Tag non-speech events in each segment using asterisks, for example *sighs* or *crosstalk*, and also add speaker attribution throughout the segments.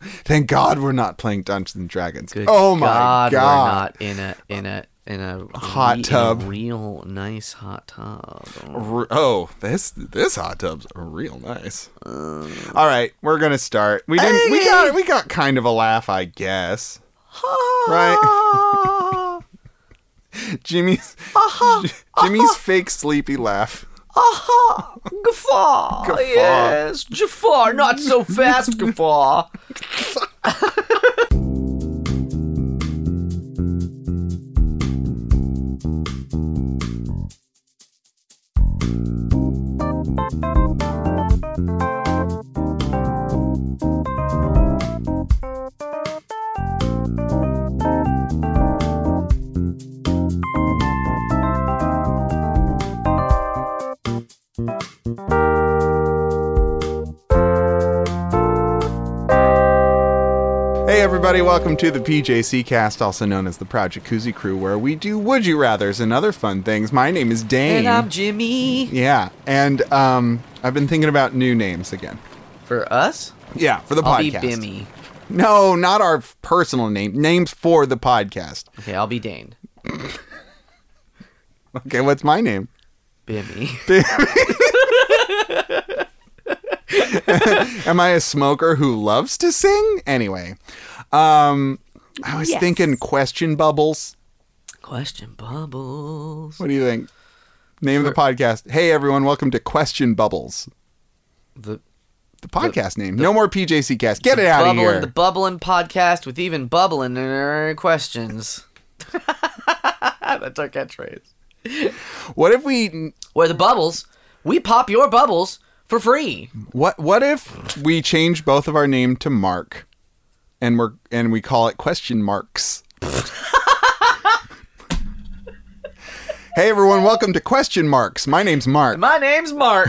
Speaker 1: Thank God we're not playing Dungeons and Dragons.
Speaker 2: Good
Speaker 1: oh my
Speaker 2: God,
Speaker 1: God.
Speaker 2: We're not in a in a in a
Speaker 1: Hot
Speaker 2: re- in a
Speaker 1: tub.
Speaker 2: real nice hot tub.
Speaker 1: *sighs* R- Oh, this this hot tub's real nice. All right, we're gonna start. We didn't. We got we got kind of a laugh, I guess. Right. Jimmy's
Speaker 2: Uh-huh,
Speaker 1: *laughs* Jimmy's fake sleepy laugh.
Speaker 2: *laughs* Aha! Guffaw!
Speaker 1: Guffaw.
Speaker 2: Yes! Jafar! Not
Speaker 1: *laughs*
Speaker 2: so fast, Guffaw!
Speaker 1: Hey everybody, welcome to the PJC Cast, also known as the Proud Jacuzzi Crew, where we do would you rather's and other fun things. My name is Dane.
Speaker 2: And I'm Jimmy!
Speaker 1: yeah, and um, I've been thinking about new names again.
Speaker 2: For us?
Speaker 1: Yeah, for the
Speaker 2: I'll
Speaker 1: podcast.
Speaker 2: be Bimmy.
Speaker 1: No, not our f- personal name. Names for the podcast.
Speaker 2: Okay, I'll be Dane.
Speaker 1: Okay, what's my name?
Speaker 2: Bimmy.
Speaker 1: Am I a smoker who loves to sing? Anyway, um, I was
Speaker 2: Yes.
Speaker 1: thinking question bubbles.
Speaker 2: *laughs* Question bubbles.
Speaker 1: What do you think? Name of the podcast. Hey everyone, welcome to Question Bubbles.
Speaker 2: The
Speaker 1: The podcast name. no more PJC cast. Get it out of
Speaker 2: bubbling,
Speaker 1: here.
Speaker 2: the bubbling podcast with even bubbling er, questions. *laughs* That's our catchphrase.
Speaker 1: what if we
Speaker 2: Where the bubbles, we pop your bubbles for free.
Speaker 1: what what if we change both of our name to Mark and we're and we call it question
Speaker 2: *laughs*
Speaker 1: marks? hey everyone, welcome to Question Marks. My name's Mark.
Speaker 2: My name's Mark.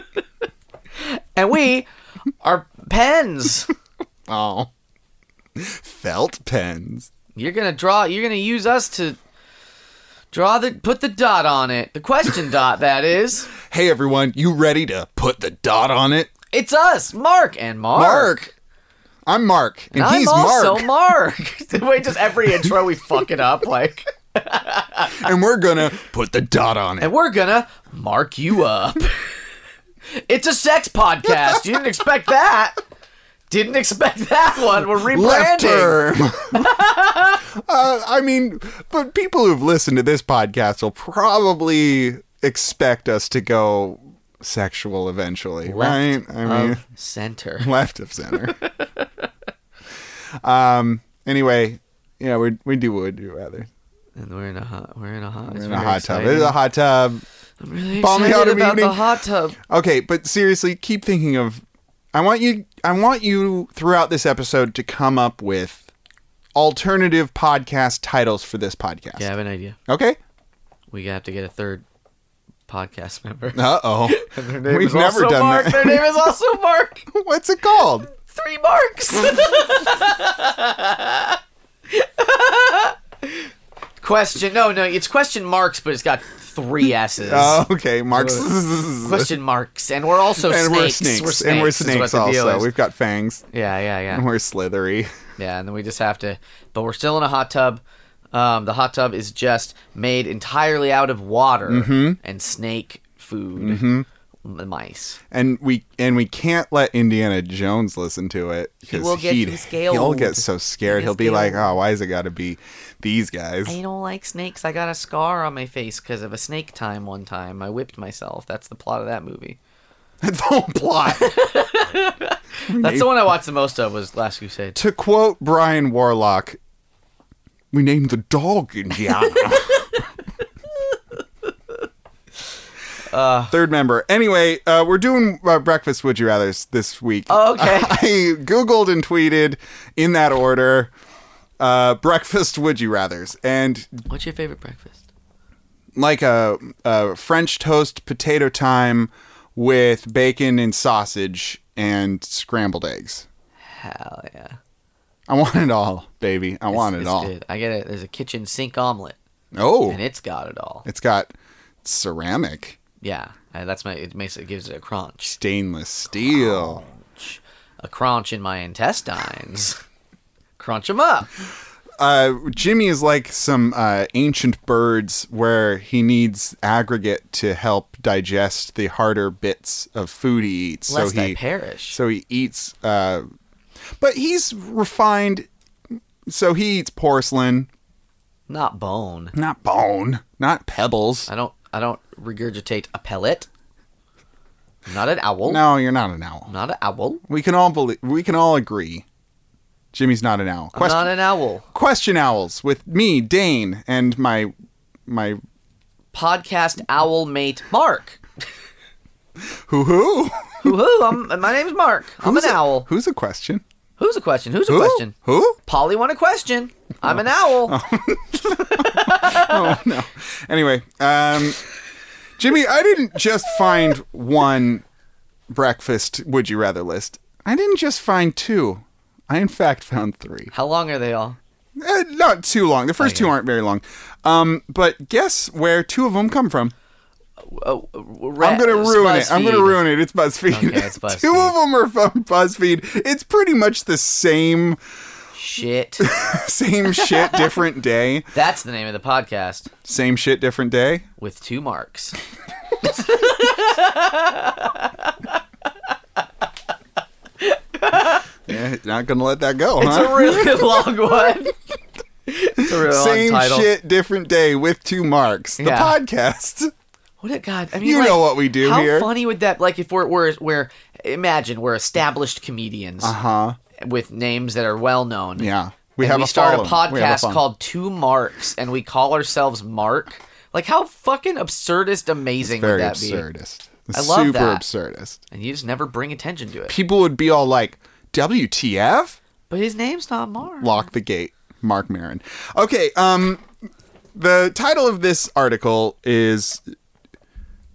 Speaker 2: *laughs* and we are pens.
Speaker 1: Oh. Felt pens.
Speaker 2: You're going to draw, you're going to use us to draw the, put the dot on it. The question dot, that is.
Speaker 1: Hey everyone, you ready to put the dot on it?
Speaker 2: It's us, Mark and Mark.
Speaker 1: Mark. I'm Mark. And,
Speaker 2: And I'm
Speaker 1: he's
Speaker 2: also
Speaker 1: Mark.
Speaker 2: Mark. *laughs* Wait, just every intro we fuck it up. Like,
Speaker 1: and we're gonna put the dot on it.
Speaker 2: and we're going to mark you up. *laughs* it's a sex podcast. You didn't expect that. Didn't expect that one. We're rebranding.
Speaker 1: Left term. *laughs* uh, I mean, but people who've listened to this podcast will probably expect us to go sexual eventually, right? I mean, *laughs*
Speaker 2: of center.
Speaker 1: left of center. um. Anyway, yeah, we we do what we do rather.
Speaker 2: And we're in a hot. We're in a hot.
Speaker 1: We're in a hot tub. It is a hot tub.
Speaker 2: I'm really
Speaker 1: balmy
Speaker 2: excited
Speaker 1: autumn
Speaker 2: about the
Speaker 1: evening.
Speaker 2: hot tub.
Speaker 1: Okay, but seriously, keep thinking of. I want you. I want you throughout this episode to come up with alternative podcast titles for this podcast.
Speaker 2: Yeah, I have an idea.
Speaker 1: Okay.
Speaker 2: We have to get a third podcast member.
Speaker 1: Uh
Speaker 2: *laughs*
Speaker 1: oh.
Speaker 2: Their name
Speaker 1: We've
Speaker 2: is
Speaker 1: never
Speaker 2: also
Speaker 1: done
Speaker 2: Mark.
Speaker 1: that.
Speaker 2: Their name
Speaker 1: *laughs*
Speaker 2: is also Mark.
Speaker 1: What's it
Speaker 2: *laughs*
Speaker 1: called?
Speaker 2: Three marks. *laughs* question. No, no. It's question marks, but it's
Speaker 1: *laughs*
Speaker 2: got three s's.
Speaker 1: Oh, okay. Mark's.
Speaker 2: question marks, and we're
Speaker 1: *laughs*
Speaker 2: also
Speaker 1: and we're
Speaker 2: snakes.
Speaker 1: snakes. And we're
Speaker 2: is what
Speaker 1: snakes
Speaker 2: the deal
Speaker 1: also.
Speaker 2: is.
Speaker 1: We've got fangs.
Speaker 2: Yeah, yeah, yeah.
Speaker 1: And we're slithery.
Speaker 2: Yeah, and then we just have to. But we're still in a hot tub. Um, the hot tub is just made entirely out of water
Speaker 1: Mm-hmm.
Speaker 2: and snake food, m- mice.
Speaker 1: And we and we can't let Indiana Jones listen to it because
Speaker 2: will get too scaled.
Speaker 1: he'll get so scared. He'll
Speaker 2: He'll
Speaker 1: be
Speaker 2: get
Speaker 1: like, "Oh, why is it got to be these guys?"
Speaker 2: I don't like snakes. I got a scar on my face because of a snake time one time. I whipped myself. That's the plot of that movie.
Speaker 1: *laughs* That's the whole
Speaker 2: *laughs*
Speaker 1: plot.
Speaker 2: That's the one I watched the most of was Last Crusade.
Speaker 1: to quote Brian Warlock, we named the dog
Speaker 2: *laughs*
Speaker 1: Indiana. Third member. Anyway, uh, we're doing uh, breakfast would you rather's this week.
Speaker 2: Oh, okay.
Speaker 1: I googled and tweeted in that order. Uh, breakfast would you rather's and
Speaker 2: *laughs* What's your favorite breakfast?
Speaker 1: like a, a French toast potato time with bacon and sausage and scrambled eggs.
Speaker 2: Hell yeah.
Speaker 1: I want it all, baby. I want it
Speaker 2: It's
Speaker 1: all.
Speaker 2: good. I get it. There's a kitchen sink omelet,
Speaker 1: Oh,
Speaker 2: and it's got it all.
Speaker 1: It's got ceramic,
Speaker 2: Yeah, Uh, that's my. It makes it gives it a crunch.
Speaker 1: stainless steel,
Speaker 2: a crunch in my intestines. *laughs* crunch 'em up.
Speaker 1: uh, Jimmy is like some uh, ancient birds where he needs aggregate to help digest the harder bits of food he eats.
Speaker 2: Lest
Speaker 1: so
Speaker 2: I
Speaker 1: he
Speaker 2: perish.
Speaker 1: So he eats, uh, but he's refined. So he eats porcelain,
Speaker 2: Not bone.
Speaker 1: not bone, not pebbles.
Speaker 2: I don't. I don't regurgitate a pellet. I'm not an owl.
Speaker 1: No, you're not an owl.
Speaker 2: I'm not an owl.
Speaker 1: We can all believe. We can all agree. Jimmy's not an owl.
Speaker 2: I'm
Speaker 1: Question,
Speaker 2: not an owl.
Speaker 1: question owls with me, Dane, and my my
Speaker 2: Podcast owl mate Mark.
Speaker 1: hoo hoo. *laughs*
Speaker 2: Hoo hoo. I'm- My name's Mark. I'm an owl.
Speaker 1: Who's a question?
Speaker 2: Who's a question? Who's a
Speaker 1: Who?
Speaker 2: question?
Speaker 1: Who?
Speaker 2: Polly won a question. I'm an owl.
Speaker 1: Oh no. Anyway, um, Jimmy, I didn't just find one breakfast would you rather list. I didn't just find two. I in fact found three.
Speaker 2: How long are they all?
Speaker 1: Eh, not too long. The
Speaker 2: Oh,
Speaker 1: first two aren't very long. Um, but guess where two of them come from?
Speaker 2: Oh,
Speaker 1: I'm gonna ruin it. I'm gonna ruin it. It's BuzzFeed.
Speaker 2: Okay,
Speaker 1: *laughs*
Speaker 2: it's
Speaker 1: two
Speaker 2: BuzzFeed.
Speaker 1: of them are from BuzzFeed. It's pretty much the same,
Speaker 2: Shit.
Speaker 1: *laughs* same shit, different day.
Speaker 2: That's the name of the podcast
Speaker 1: Same shit, different day.
Speaker 2: with two marks.
Speaker 1: Yeah, not gonna let that go.
Speaker 2: It's
Speaker 1: huh?
Speaker 2: a really
Speaker 1: *laughs*
Speaker 2: long one. It's a really
Speaker 1: Same
Speaker 2: long title.
Speaker 1: shit, different day with two marks. The
Speaker 2: Yeah.
Speaker 1: podcast.
Speaker 2: What a god! I mean,
Speaker 1: You
Speaker 2: like,
Speaker 1: know what we do
Speaker 2: how
Speaker 1: here.
Speaker 2: funny would that like if we're we're, we're imagine we're established comedians
Speaker 1: Uh huh.
Speaker 2: with names that are well known.
Speaker 1: Yeah.
Speaker 2: we
Speaker 1: We have
Speaker 2: we
Speaker 1: a
Speaker 2: start a
Speaker 1: following. We have a
Speaker 2: podcast
Speaker 1: following.
Speaker 2: called Two Marks, and we call ourselves Mark. Like how fucking absurdist, amazing would
Speaker 1: Very
Speaker 2: that
Speaker 1: absurdist.
Speaker 2: I love
Speaker 1: Super
Speaker 2: that.
Speaker 1: absurdist.
Speaker 2: be? And you just never bring attention to it.
Speaker 1: People would be all like, WTF?
Speaker 2: But his name's not Mark.
Speaker 1: Lock the gate. Mark Marin. Okay, um the title of this article is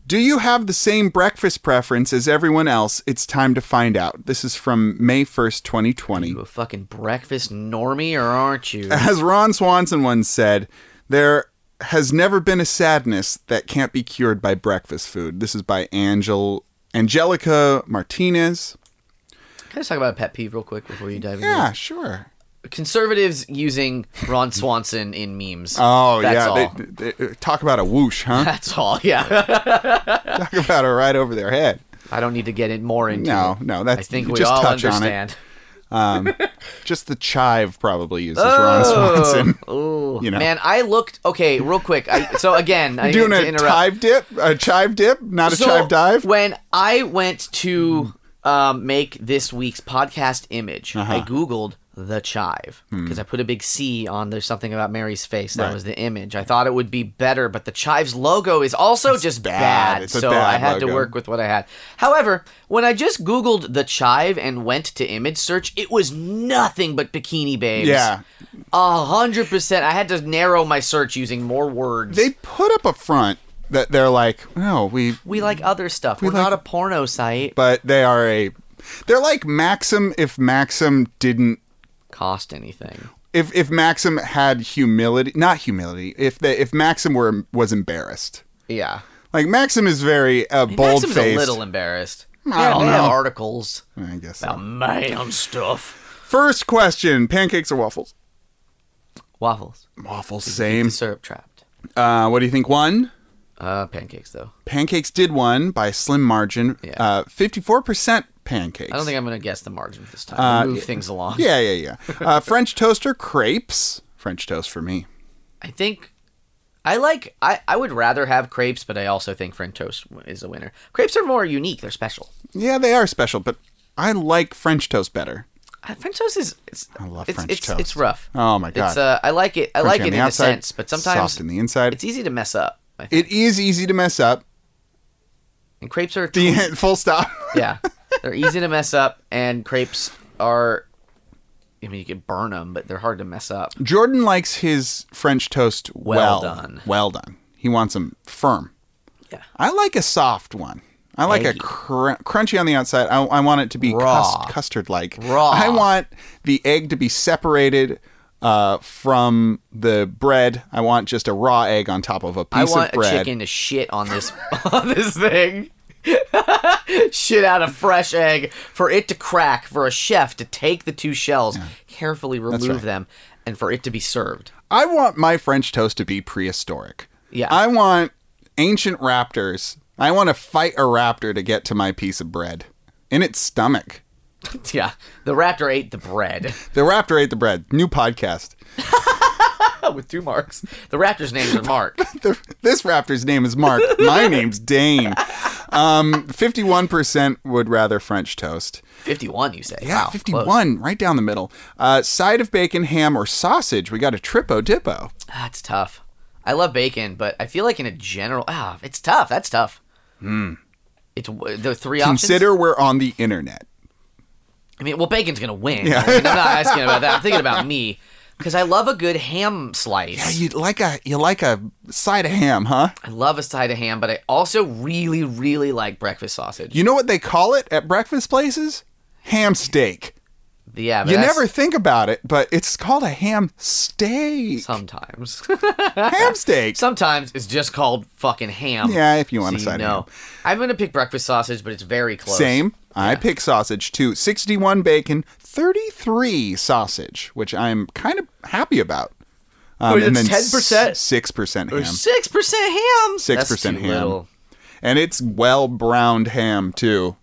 Speaker 1: Do you have the same breakfast preference as everyone else? It's time to find out. This is from May 1st, 2020.
Speaker 2: You a fucking breakfast normie, or aren't
Speaker 1: *laughs*
Speaker 2: you?
Speaker 1: As Ron Swanson once said, there has never been a sadness that can't be cured by breakfast food. This is by Angel Angelica Martinez.
Speaker 2: Can I just talk about a pet peeve real quick before you dive in?
Speaker 1: Yeah, sure.
Speaker 2: Conservatives using Ron Swanson in memes.
Speaker 1: Oh
Speaker 2: That's
Speaker 1: yeah,
Speaker 2: all. *laughs*
Speaker 1: They, they- talk about a whoosh, huh? *laughs*
Speaker 2: That's all. Yeah. *laughs*
Speaker 1: talk about it right over their head.
Speaker 2: I don't need to get it more into.
Speaker 1: No,
Speaker 2: it.
Speaker 1: no,
Speaker 2: I
Speaker 1: that's
Speaker 2: think
Speaker 1: you
Speaker 2: we
Speaker 1: just
Speaker 2: all
Speaker 1: touch
Speaker 2: understand.
Speaker 1: on it. Just the chive probably uses *laughs* Ron Swanson.
Speaker 2: Oh,
Speaker 1: You know.
Speaker 2: man, I looked. Okay, real quick. I, so
Speaker 1: *laughs*
Speaker 2: again, *laughs* I
Speaker 1: Doing
Speaker 2: hate to
Speaker 1: a
Speaker 2: interrupt.
Speaker 1: chive dip, a chive dip, not a
Speaker 2: So,
Speaker 1: chive dive.
Speaker 2: When I went to um, make this week's podcast image,
Speaker 1: Uh-huh.
Speaker 2: I googled the chive because I put a big C on. There's something about Mary's face that
Speaker 1: Hmm. Right.
Speaker 2: was the image. I thought it would be better, but the chive's logo is also just bad.
Speaker 1: It's a
Speaker 2: so
Speaker 1: bad
Speaker 2: I had to
Speaker 1: logo.
Speaker 2: work with what I had. However, when I just googled the chive and went to image search, it was nothing but bikini babes.
Speaker 1: Yeah,
Speaker 2: A hundred percent. I had to narrow my search using more words.
Speaker 1: they put up a front that they're like, no, we
Speaker 2: we like other stuff. We are
Speaker 1: like-
Speaker 2: not a porno site.
Speaker 1: but they are a they're like Maxim if Maxim didn't
Speaker 2: Cost anything?
Speaker 1: if if Maxim had humility not humility if they if Maxim were was embarrassed
Speaker 2: Yeah.
Speaker 1: like Maxim is very uh, bold
Speaker 2: Maxim's a
Speaker 1: faced
Speaker 2: little embarrassed.
Speaker 1: I
Speaker 2: yeah,
Speaker 1: don't
Speaker 2: they have
Speaker 1: know.
Speaker 2: articles
Speaker 1: I guess so.
Speaker 2: about man stuff.
Speaker 1: first question pancakes or waffles
Speaker 2: Waffles.
Speaker 1: waffles same
Speaker 2: The syrup trapped.
Speaker 1: uh, what do you think one
Speaker 2: Uh, pancakes though.
Speaker 1: pancakes did one by a slim margin
Speaker 2: Yeah.
Speaker 1: uh, 54% pancakes
Speaker 2: I don't think I'm gonna guess the margin this time. We'll move things along.
Speaker 1: Uh, yeah yeah yeah
Speaker 2: *laughs*
Speaker 1: uh, French toast or crepes French toast for me
Speaker 2: I think. I like. I, I would rather have crepes, but I also think French toast is a winner. Crepes are more unique. They're special.
Speaker 1: yeah they are special but I like French toast better
Speaker 2: Uh, French toast is. It's, I
Speaker 1: love
Speaker 2: it's,
Speaker 1: French
Speaker 2: it's,
Speaker 1: toast.
Speaker 2: It's rough.
Speaker 1: Oh my God.
Speaker 2: It's. Uh, I like it. I like
Speaker 1: on
Speaker 2: it
Speaker 1: the
Speaker 2: in
Speaker 1: outside,
Speaker 2: a sense, but sometimes
Speaker 1: soft in the inside.
Speaker 2: it's easy to mess up. I think.
Speaker 1: It is easy to mess up. *laughs*
Speaker 2: and crepes are.
Speaker 1: The end, full stop.
Speaker 2: yeah, they're easy to mess up, and crepes are. I mean, you could burn them, but they're hard to mess up.
Speaker 1: Jordan likes his French toast well,
Speaker 2: Well done.
Speaker 1: Well done. He wants them firm.
Speaker 2: Yeah.
Speaker 1: I like a soft one. I like
Speaker 2: Eggy.
Speaker 1: a cr- crunchy on the outside. I, I want it to be
Speaker 2: Raw.
Speaker 1: custard like.
Speaker 2: Raw.
Speaker 1: I want the egg to be separated uh, from the bread. I want just a raw egg on top of a
Speaker 2: I
Speaker 1: piece
Speaker 2: want
Speaker 1: of
Speaker 2: a
Speaker 1: bread.
Speaker 2: *laughs* chicken to shit on this on this thing. *laughs* shit out of fresh egg for it to crack, for a chef to take the two shells, carefully remove
Speaker 1: right.
Speaker 2: them, and for it to be served. *laughs*
Speaker 1: I want my French toast to be prehistoric.
Speaker 2: Yeah.
Speaker 1: I want ancient raptors. I want to fight a raptor to get to my piece of bread in its stomach.
Speaker 2: yeah, the raptor ate the bread *laughs*
Speaker 1: The raptor ate the bread. New podcast. *laughs*
Speaker 2: with two marks. The raptor's name is
Speaker 1: *laughs*
Speaker 2: Mark.
Speaker 1: The, this raptor's name is Mark. *laughs* My name's Dane. Um, 51% would rather French toast.
Speaker 2: Fifty-one, you say?
Speaker 1: Yeah,
Speaker 2: Wow, close.
Speaker 1: 51, right down the middle. Uh, side of bacon, ham, or sausage. We got a tripo dippo.
Speaker 2: That's tough. I love bacon, but I feel like in a general, ah, it's tough. That's tough. It's w- the three options.
Speaker 1: Hmm. Consider we're on the internet.
Speaker 2: I mean, well, bacon's gonna win. I mean, I'm not asking about that. I'm
Speaker 1: *laughs*
Speaker 2: thinking about me because I love a good ham slice.
Speaker 1: Yeah, you like a you like a side of ham, huh?
Speaker 2: I love a side of ham, but I also really, really like breakfast sausage.
Speaker 1: You know what they call it at breakfast places? Ham steak.
Speaker 2: Yeah, but
Speaker 1: You
Speaker 2: that's
Speaker 1: never think about it, but it's called a ham *laughs* steak.
Speaker 2: sometimes. *laughs*
Speaker 1: ham steak.
Speaker 2: sometimes it's just called fucking ham.
Speaker 1: Yeah, if you want a
Speaker 2: So
Speaker 1: side of ham.
Speaker 2: I'm gonna pick breakfast sausage, but it's very close.
Speaker 1: Same. I pick sausage too. 61 bacon, 33 sausage, which I'm kind of happy about. Um,
Speaker 2: Wait, Oh, it's 10%?
Speaker 1: 6% ham.
Speaker 2: Six percent ham.
Speaker 1: 6%
Speaker 2: That's too
Speaker 1: ham.
Speaker 2: little.
Speaker 1: And it's well browned ham too.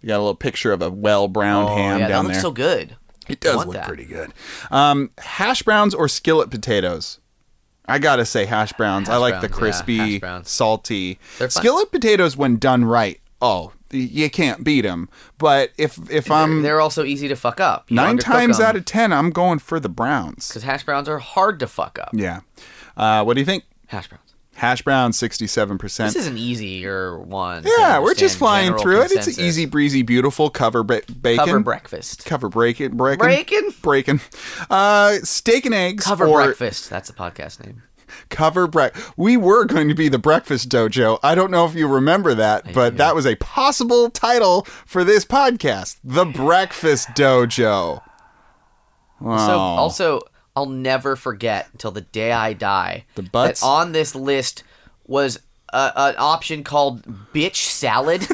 Speaker 1: You got a little picture of a well browned
Speaker 2: Oh,
Speaker 1: ham
Speaker 2: yeah,
Speaker 1: down
Speaker 2: that
Speaker 1: there.
Speaker 2: looks so good.
Speaker 1: It does
Speaker 2: want
Speaker 1: look
Speaker 2: that.
Speaker 1: pretty good. Um, hash browns or skillet potatoes? I gotta say hash browns. I like the
Speaker 2: browns, yeah, hash
Speaker 1: crispy,
Speaker 2: browns.
Speaker 1: salty
Speaker 2: They're fun.
Speaker 1: skillet potatoes when done right. Oh, y- you can't beat them. But if if I'm
Speaker 2: They're also easy to fuck up.
Speaker 1: Mm. nine times out of ten, I'm going for the browns.
Speaker 2: because hash browns are hard to fuck up.
Speaker 1: Yeah. Uh, what do you think?
Speaker 2: Hash browns.
Speaker 1: Hash browns, sixty-seven
Speaker 2: This
Speaker 1: percent.
Speaker 2: is an easier one. to
Speaker 1: Yeah, we're just
Speaker 2: understand
Speaker 1: flying
Speaker 2: general
Speaker 1: through it. It's
Speaker 2: consensus.
Speaker 1: an easy breezy, beautiful cover ba- bacon.
Speaker 2: cover breakfast.
Speaker 1: Cover break it, breaking,
Speaker 2: Breakin'?
Speaker 1: breaking, uh, steak and eggs,
Speaker 2: Cover
Speaker 1: or
Speaker 2: breakfast. That's the podcast name.
Speaker 1: cover break. We were going to be the Breakfast Dojo. I don't know if you remember that, but that was a possible title for this podcast, The Breakfast Dojo. *laughs* Wow.
Speaker 2: So also, I'll never forget until the day I die. The
Speaker 1: butts?
Speaker 2: that on this list was a, an option called
Speaker 1: *laughs*
Speaker 2: bitch salad.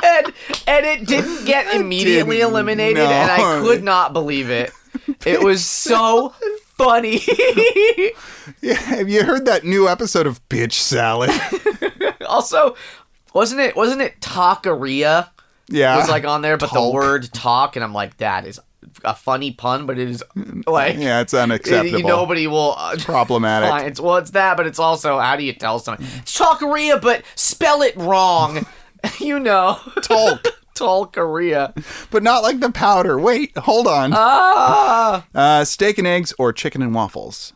Speaker 2: And, and it didn't get immediately
Speaker 1: didn't-
Speaker 2: eliminated,
Speaker 1: no.
Speaker 2: and I could not believe it. It was so funny. *laughs*
Speaker 1: yeah, have you heard that new episode of Bitch Salad? *laughs*
Speaker 2: also, wasn't it wasn't it taqueria
Speaker 1: Yeah.
Speaker 2: was like on there, but the
Speaker 1: Talk.
Speaker 2: word talk, and I'm like, that is a funny pun, but it is like
Speaker 1: Mm, Yeah, it's unacceptable.
Speaker 2: You, nobody will uh,
Speaker 1: Problematic.
Speaker 2: find- It's, well, it's that, but it's also how do you tell someone it's Chalkeria, but spell it wrong? *laughs* you know, *laughs*
Speaker 1: Talk.
Speaker 2: Chalkeria.
Speaker 1: But not like the powder. Wait, hold on.
Speaker 2: Ah,
Speaker 1: Uh, steak and eggs or chicken and waffles?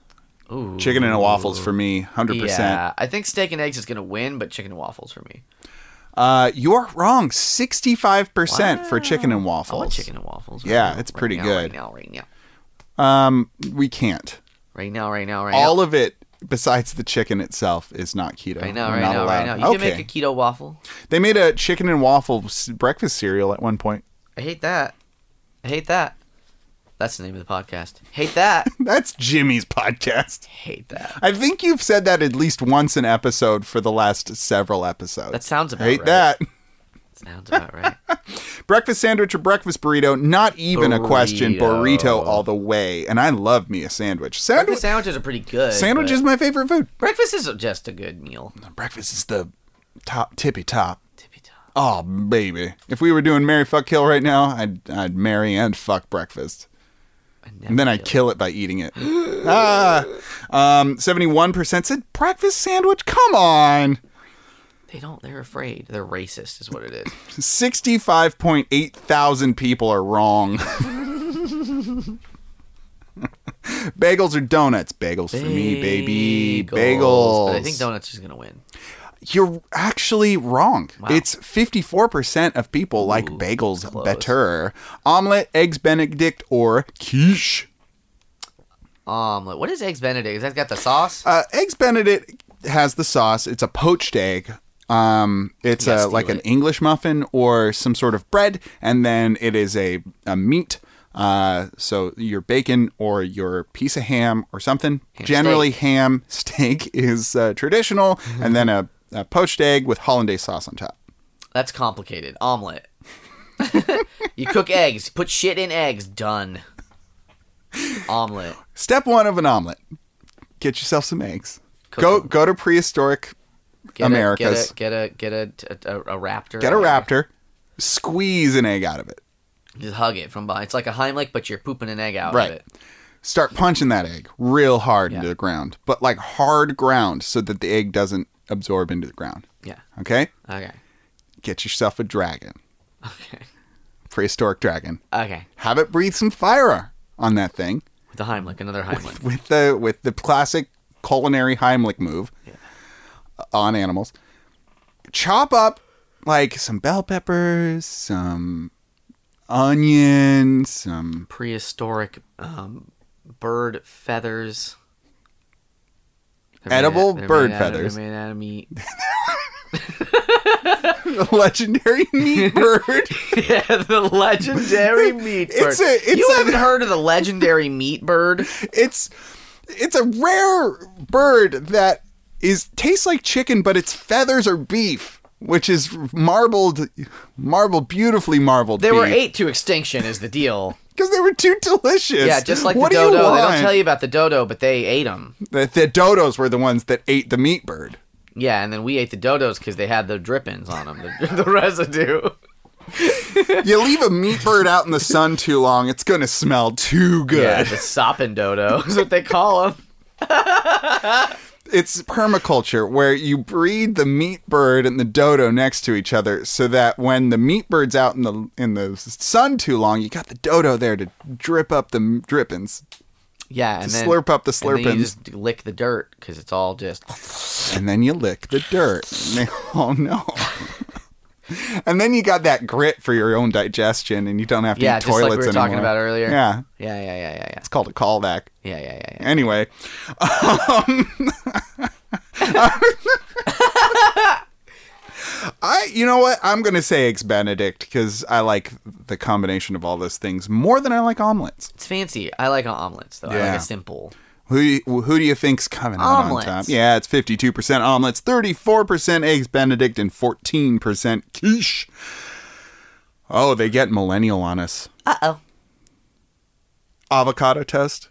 Speaker 1: Chicken and waffles for me, 100%.
Speaker 2: yeah. I think steak and eggs is gonna win, but chicken and waffles for me.
Speaker 1: Uh, you're wrong. 65% for chicken and
Speaker 2: I
Speaker 1: waffles.
Speaker 2: want chicken and waffles.
Speaker 1: Yeah,
Speaker 2: now,
Speaker 1: it's pretty
Speaker 2: now,
Speaker 1: good.
Speaker 2: Right now, right now,
Speaker 1: Um, we can't.
Speaker 2: right now, right now, right
Speaker 1: All
Speaker 2: now.
Speaker 1: of it, besides the chicken itself, is not keto.
Speaker 2: Right now,
Speaker 1: We're
Speaker 2: right
Speaker 1: not
Speaker 2: now, right now.
Speaker 1: allowed.
Speaker 2: You
Speaker 1: okay.
Speaker 2: can make a keto waffle.
Speaker 1: they made a chicken and waffle s- breakfast cereal at one point.
Speaker 2: I hate that. I hate that. That's the name of the podcast. Hate that.
Speaker 1: That's Jimmy's podcast.
Speaker 2: hate that.
Speaker 1: I think you've said that at least once an episode for the last several episodes.
Speaker 2: That sounds about
Speaker 1: Hate
Speaker 2: right.
Speaker 1: that.
Speaker 2: Sounds
Speaker 1: *laughs*
Speaker 2: about right.
Speaker 1: Breakfast sandwich or breakfast burrito? Not even a question.
Speaker 2: Burrito.
Speaker 1: Burrito all the way. And I love me a sandwich. Sandwich.
Speaker 2: Breakfast sandwiches are pretty good.
Speaker 1: Sandwich
Speaker 2: but
Speaker 1: is my favorite food.
Speaker 2: breakfast is just a good meal.
Speaker 1: Breakfast is the top tippy top.
Speaker 2: Tippy top.
Speaker 1: Oh baby! If we were doing marry, fuck, kill right now, I'd I'd marry and fuck breakfast,
Speaker 2: I
Speaker 1: and then
Speaker 2: never
Speaker 1: I'd kill it by eating
Speaker 2: *gasps*
Speaker 1: it. ah, um, seventy-one percent said breakfast sandwich. Come on, Mm.
Speaker 2: They don't. They're afraid. They're racist, is what it is.
Speaker 1: sixty-five point eight thousand people are wrong. Bagels or donuts? Bagels for me, baby. Bagels.
Speaker 2: But I think donuts is gonna win.
Speaker 1: You're actually wrong. It's 54% of people like bagels better. Omelette, eggs benedict, or quiche.
Speaker 2: Omelet. What is eggs Benedict? Is that got the sauce?
Speaker 1: Uh, eggs benedict has the sauce. It's a poached egg. Um, it's
Speaker 2: Yeah,
Speaker 1: uh
Speaker 2: steal
Speaker 1: like an
Speaker 2: it.
Speaker 1: English muffin or some sort of bread, and then it is a, a meat. Uh, so your bacon or your piece *laughs*
Speaker 2: Mm-hmm.
Speaker 1: of ham or something. Generally, ham steak is uh, traditional, and then a a poached egg with hollandaise sauce on top.
Speaker 2: That's complicated.
Speaker 1: *laughs*
Speaker 2: Omelet. *laughs* you cook eggs. Put shit in eggs. Done. Omelet.
Speaker 1: Step one of an omelet: get yourself some eggs.
Speaker 2: Cook
Speaker 1: go
Speaker 2: 'em.
Speaker 1: go to prehistoric
Speaker 2: Get
Speaker 1: Americas.
Speaker 2: A, get a get a get a, a, a raptor.
Speaker 1: Get a raptor, squeeze an egg out of it.
Speaker 2: Just hug it from behind. It's like a Heimlich, but you're pooping an egg out
Speaker 1: Right.
Speaker 2: of it.
Speaker 1: Start punching that egg real hard into
Speaker 2: Yeah.
Speaker 1: the ground, but like hard ground so that the egg doesn't absorb into the ground.
Speaker 2: Yeah.
Speaker 1: Okay?
Speaker 2: Okay. *laughs*
Speaker 1: Get yourself a dragon,
Speaker 2: Okay.
Speaker 1: prehistoric dragon.
Speaker 2: Okay.
Speaker 1: Have it breathe some fire on that thing
Speaker 2: With a Heimlich, another Heimlich.
Speaker 1: with the with the classic culinary Heimlich move on animals. Chop up like some bell peppers, some onion, some *laughs*
Speaker 2: Prehistoric um, bird feathers. They're made
Speaker 1: Edible
Speaker 2: out- they're
Speaker 1: bird
Speaker 2: made out of-
Speaker 1: feathers.
Speaker 2: They're made out
Speaker 1: *laughs*
Speaker 2: of meat.
Speaker 1: legendary
Speaker 2: *laughs*
Speaker 1: meat bird.
Speaker 2: yeah, *laughs* the legendary meat bird.
Speaker 1: It's a- it's
Speaker 2: you
Speaker 1: a-
Speaker 2: haven't heard of the legendary meat bird?
Speaker 1: it's it's a rare bird that is tastes like chicken, but its feathers are beef, which is marbled, marbled beautifully marbled.
Speaker 2: There were eight to extinction, is the deal.
Speaker 1: because they were too delicious.
Speaker 2: Yeah, just like
Speaker 1: What
Speaker 2: the
Speaker 1: do you
Speaker 2: dodo. they don't
Speaker 1: want?
Speaker 2: tell you about the dodo, but they ate them.
Speaker 1: The, the dodos were the ones that ate the meat bird.
Speaker 2: Yeah, and then we ate the dodos because they had the drippings on them, the, *laughs* the residue.
Speaker 1: You leave a meat bird out in the sun too long, it's gonna smell too good.
Speaker 2: Yeah, the sopping dodo is what they call them.
Speaker 1: It's permaculture where you breed the meat bird and the dodo next to each other, so that when the meat bird's out in the in the sun too long, you got the dodo there to drip up the m- drippings,
Speaker 2: Yeah, and then
Speaker 1: slurp up the
Speaker 2: and then you
Speaker 1: slurpins,
Speaker 2: just lick the dirt because it's all just.
Speaker 1: and then you lick the dirt. *laughs* And they- oh no. *laughs* And then you got that grit for your own digestion, and you don't have to
Speaker 2: Yeah,
Speaker 1: eat
Speaker 2: just like we
Speaker 1: toilets
Speaker 2: were
Speaker 1: anymore.
Speaker 2: talking about earlier.
Speaker 1: Yeah,
Speaker 2: Yeah, yeah, yeah, yeah, yeah,
Speaker 1: it's called a callback.
Speaker 2: yeah, yeah, yeah. yeah.
Speaker 1: Anyway, um, I you know what I'm gonna say eggs Benedict because I like the combination of all those things more than I like omelets.
Speaker 2: It's fancy. I like omelets though. I
Speaker 1: Yeah.
Speaker 2: like a simple.
Speaker 1: Who do you- who do you think's coming out
Speaker 2: Omelets.
Speaker 1: on top? Yeah, it's 52 percent omelets, 34 percent eggs Benedict, and 14 percent quiche. Oh, they get millennial on us.
Speaker 2: Uh oh.
Speaker 1: Avocado toast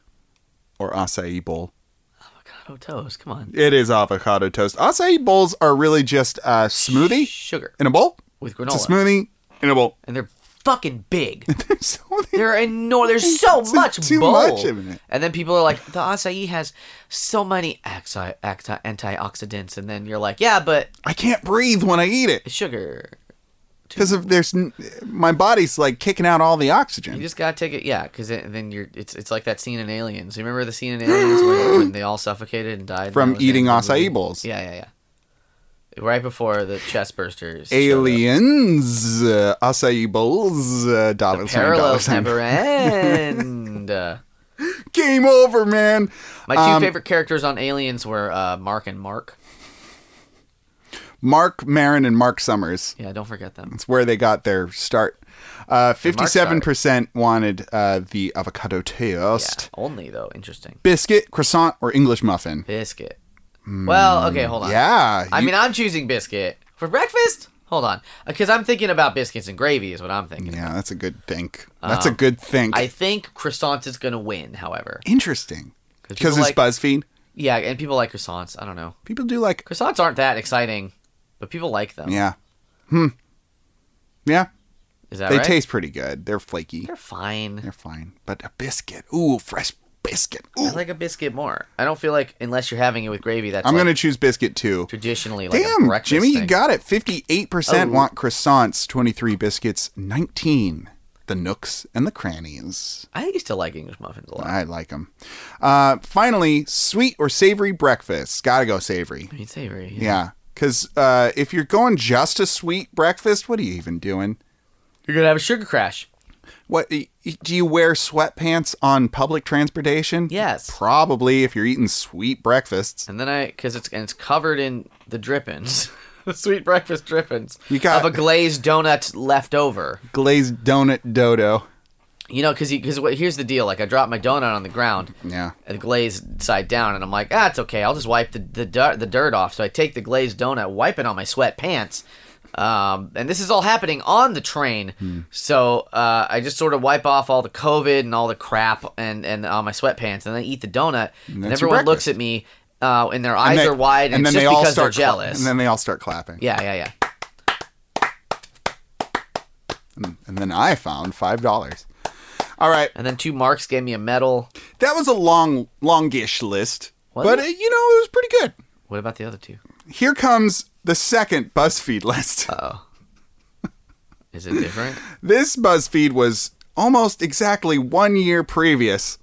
Speaker 1: or acai bowl.
Speaker 2: Avocado toast. Come on.
Speaker 1: It is avocado toast. Acai bowls are really just a smoothie
Speaker 2: Sugar
Speaker 1: in a bowl.
Speaker 2: with
Speaker 1: It's a
Speaker 2: granola,
Speaker 1: smoothie in a bowl. *laughs*
Speaker 2: and they're fucking big.
Speaker 1: so
Speaker 2: They're enormous. There's so
Speaker 1: Too-
Speaker 2: much
Speaker 1: too
Speaker 2: bowl.
Speaker 1: much of it.
Speaker 2: And then people are like, the acai has so many axi- acti- antioxidants, and then you're like, yeah, but
Speaker 1: I can't breathe when I eat it
Speaker 2: it's sugar.
Speaker 1: because if there's n- my body's like kicking out all the
Speaker 2: You
Speaker 1: oxygen.
Speaker 2: just gotta take it, yeah, because then you're. It's it's like that scene in Aliens. You remember the scene in
Speaker 1: *gasps*
Speaker 2: Aliens when, when they all suffocated and died
Speaker 1: From
Speaker 2: That was the
Speaker 1: eating
Speaker 2: end of the
Speaker 1: acai
Speaker 2: movie.
Speaker 1: bowls.
Speaker 2: Yeah, yeah, yeah. Right before the chest bursters. showed up.
Speaker 1: Aliens, uh, acai bowls, uh, dollar sign, dollar
Speaker 2: Parallels
Speaker 1: sign. *laughs*
Speaker 2: never end. Uh,
Speaker 1: Game over, man.
Speaker 2: my two
Speaker 1: Um,
Speaker 2: favorite characters on Aliens were uh, Mark and Mark.
Speaker 1: Mark Marin and Mark Summers.
Speaker 2: Yeah, don't forget them.
Speaker 1: It's where they got their start. Uh, 57% wanted uh, the avocado toast.
Speaker 2: Yeah, only though. Interesting.
Speaker 1: biscuit, croissant, or English muffin.
Speaker 2: Biscuit. Well, okay, hold on.
Speaker 1: Hmm, Yeah.
Speaker 2: I
Speaker 1: you-
Speaker 2: mean, I'm choosing biscuit for breakfast. Hold on, because I'm thinking about biscuits and gravy is what I'm thinking.
Speaker 1: yeah, that's a good think. That's a good think.
Speaker 2: Um, I think croissant is gonna win, however.
Speaker 1: Interesting.
Speaker 2: 'Cause
Speaker 1: Because
Speaker 2: people
Speaker 1: it's
Speaker 2: like-
Speaker 1: BuzzFeed.
Speaker 2: Yeah, and people like croissants. I don't know.
Speaker 1: People do like.
Speaker 2: Croissants aren't that exciting, but people like them.
Speaker 1: Yeah. Hmm. Yeah.
Speaker 2: Is that
Speaker 1: they
Speaker 2: right?
Speaker 1: taste pretty good. They're flaky.
Speaker 2: They're fine.
Speaker 1: They're fine. But a biscuit. Ooh, fresh biscuit. Ooh.
Speaker 2: I like a biscuit more. I don't feel like unless you're having it with gravy, that's
Speaker 1: I'm
Speaker 2: like
Speaker 1: gonna choose biscuit too.
Speaker 2: traditionally like a
Speaker 1: Damn,
Speaker 2: breakfast
Speaker 1: Jimmy,
Speaker 2: thing.
Speaker 1: you got it. Fifty-eight percent
Speaker 2: Oh.
Speaker 1: want croissants, twenty-three biscuits, nineteen the nooks and the crannies.
Speaker 2: I used to like English muffins a lot.
Speaker 1: I like them. Uh, finally, sweet or savory breakfast. Gotta go savory.
Speaker 2: I mean savory. Yeah.
Speaker 1: Yeah. Because uh, if you're going just a sweet breakfast, what are you even doing?
Speaker 2: You're gonna have a sugar crash.
Speaker 1: What y- y- do you wear sweatpants on public transportation?
Speaker 2: Yes.
Speaker 1: Probably if you're eating sweet breakfasts.
Speaker 2: And then I, because it's and it's covered in the drippings, *laughs* the sweet breakfast drippings
Speaker 1: You got-
Speaker 2: of a glazed donut left over.
Speaker 1: Glazed donut dodo.
Speaker 2: You know, because because here's the deal. Like I dropped my donut on the ground,
Speaker 1: Yeah.
Speaker 2: and the glaze side down, and I'm like, ah, it's okay. I'll just wipe the the, dirt the dirt off. So I take the glazed donut, wipe it on my sweatpants. Um, and this is all happening on the train,
Speaker 1: Hmm.
Speaker 2: so uh, I just sort of wipe off all the COVID and all the crap and and on my sweatpants, and then eat the donut. And,
Speaker 1: that's your
Speaker 2: everyone looks
Speaker 1: breakfast.
Speaker 2: at me, uh, and their eyes
Speaker 1: they-
Speaker 2: are wide, and, it's just because
Speaker 1: start
Speaker 2: they're
Speaker 1: cla-
Speaker 2: jealous.
Speaker 1: and then they all start clapping.
Speaker 2: yeah, yeah, yeah.
Speaker 1: And then I found five dollars. All right,
Speaker 2: And then two marks gave me a medal.
Speaker 1: that was a long, longish list,
Speaker 2: Was
Speaker 1: but
Speaker 2: it?
Speaker 1: uh, you know it was pretty good.
Speaker 2: What about the other two?
Speaker 1: Here comes the second BuzzFeed list.
Speaker 2: Oh, is
Speaker 1: *laughs*
Speaker 2: it different?
Speaker 1: This BuzzFeed was almost exactly one year previous.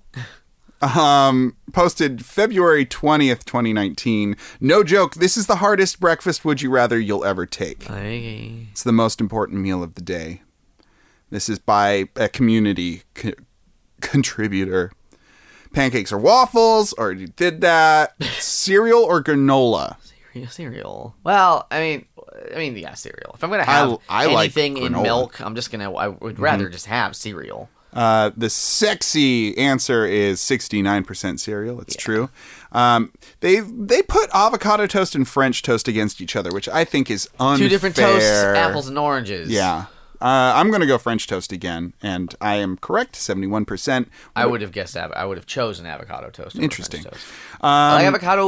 Speaker 1: Um, posted February 20th, 2019. No joke, this is the hardest breakfast would you rather you'll ever take.
Speaker 2: I...
Speaker 1: It's the most important meal of the day. This is by a community co- contributor. Pancakes or waffles, already did that. cereal or granola?
Speaker 2: Cereal, cereal. Well, I mean, I mean, yeah, cereal. If I'm gonna have
Speaker 1: I like
Speaker 2: anything in
Speaker 1: granola. Mm-hmm.
Speaker 2: milk, I'm just gonna. I would rather just have cereal.
Speaker 1: Uh, the sexy answer is 69% cereal. It's true. Um, they they put avocado toast and French toast against each other, which I think is unfair.
Speaker 2: Two different toasts, apples and oranges.
Speaker 1: Yeah. Uh, I'm going to go French toast again, and I am correct, 71%.
Speaker 2: I would have guessed that. I would have chosen avocado toast. over
Speaker 1: Interesting. Um,
Speaker 2: French toast. I like avocado.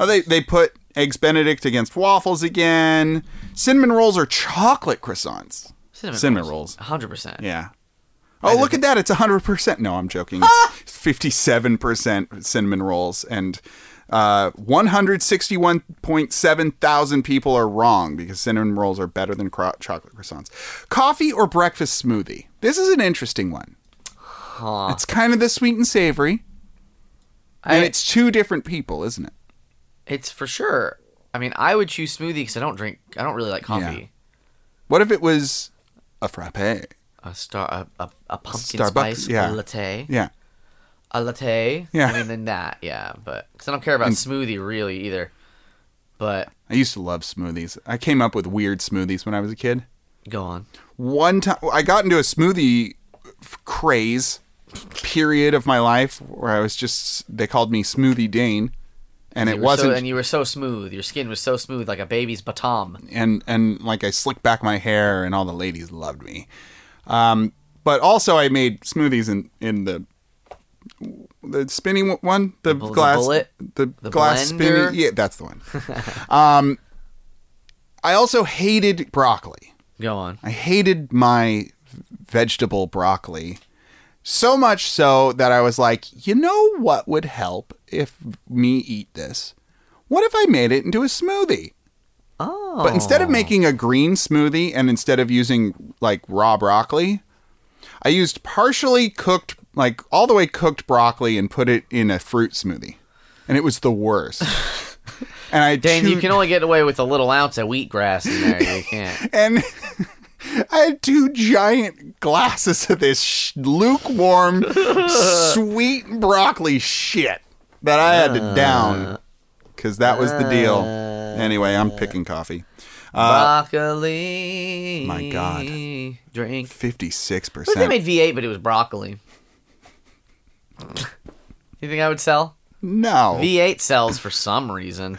Speaker 1: Oh, they they put eggs Benedict against waffles again. Cinnamon rolls or chocolate croissants. cinnamon rolls.
Speaker 2: Hundred percent.
Speaker 1: Yeah. Oh, look at that! It's hundred percent. No, I'm joking. It's fifty-seven percent cinnamon rolls, and uh, one hundred sixty-one point seven thousand people are wrong because cinnamon rolls are better than cro- chocolate croissants. Coffee or breakfast smoothie. This is an interesting one.
Speaker 2: Huh.
Speaker 1: It's kind of the sweet and savory, and
Speaker 2: Ah. I-
Speaker 1: it's two different people, isn't it?
Speaker 2: It's for sure. I mean, I would choose smoothie because I don't drink. I don't really like coffee.
Speaker 1: What if it was a frappe?
Speaker 2: A star, a, a, a pumpkin
Speaker 1: Starbucks,
Speaker 2: spice
Speaker 1: yeah.
Speaker 2: latte.
Speaker 1: Yeah.
Speaker 2: a latte.
Speaker 1: Yeah.
Speaker 2: I mean, then that, yeah. But because I don't care about smoothie really either. But
Speaker 1: I used to love smoothies. I came up with weird smoothies when I was a kid.
Speaker 2: go on.
Speaker 1: One time, I got into a smoothie f- craze period of my life where I was just, they called me Smoothie Dane. And it
Speaker 2: You were so-
Speaker 1: wasn't,
Speaker 2: and you were so smooth. Your skin was so smooth, like a baby's batom.
Speaker 1: and, and like I slicked back my hair, and all the ladies loved me. Um, but also, I made smoothies in, in the the spinny w- one, the,
Speaker 2: bu- the
Speaker 1: glass,
Speaker 2: bullet?
Speaker 1: the,
Speaker 2: The
Speaker 1: glass
Speaker 2: blender?
Speaker 1: spinny. Yeah, that's the
Speaker 2: *laughs*
Speaker 1: one. um, I also hated broccoli.
Speaker 2: Go on.
Speaker 1: I hated my vegetable broccoli so much so that I was like, you know what would help if me eat this? What if I made it into a smoothie?
Speaker 2: Oh,
Speaker 1: But instead of making a green smoothie and instead of using like raw broccoli, I used partially cooked, like all the way cooked broccoli and put it in a fruit smoothie. And it was the
Speaker 2: *laughs*
Speaker 1: worst. and I
Speaker 2: Dane, you
Speaker 1: chewed-
Speaker 2: can only get away with a little ounce of wheatgrass in there. You
Speaker 1: *laughs*
Speaker 2: can't.
Speaker 1: and I had two giant glasses of this sh-
Speaker 2: *laughs*
Speaker 1: lukewarm, sweet broccoli shit that I had
Speaker 2: Uh.
Speaker 1: to down because that was the deal. Anyway, I'm picking coffee.
Speaker 2: broccoli.
Speaker 1: Uh, my God.
Speaker 2: Drink.
Speaker 1: Fifty-six
Speaker 2: What if they
Speaker 1: percent.
Speaker 2: made V8, but it was broccoli? you think I would sell?
Speaker 1: no.
Speaker 2: V8 sells for some reason.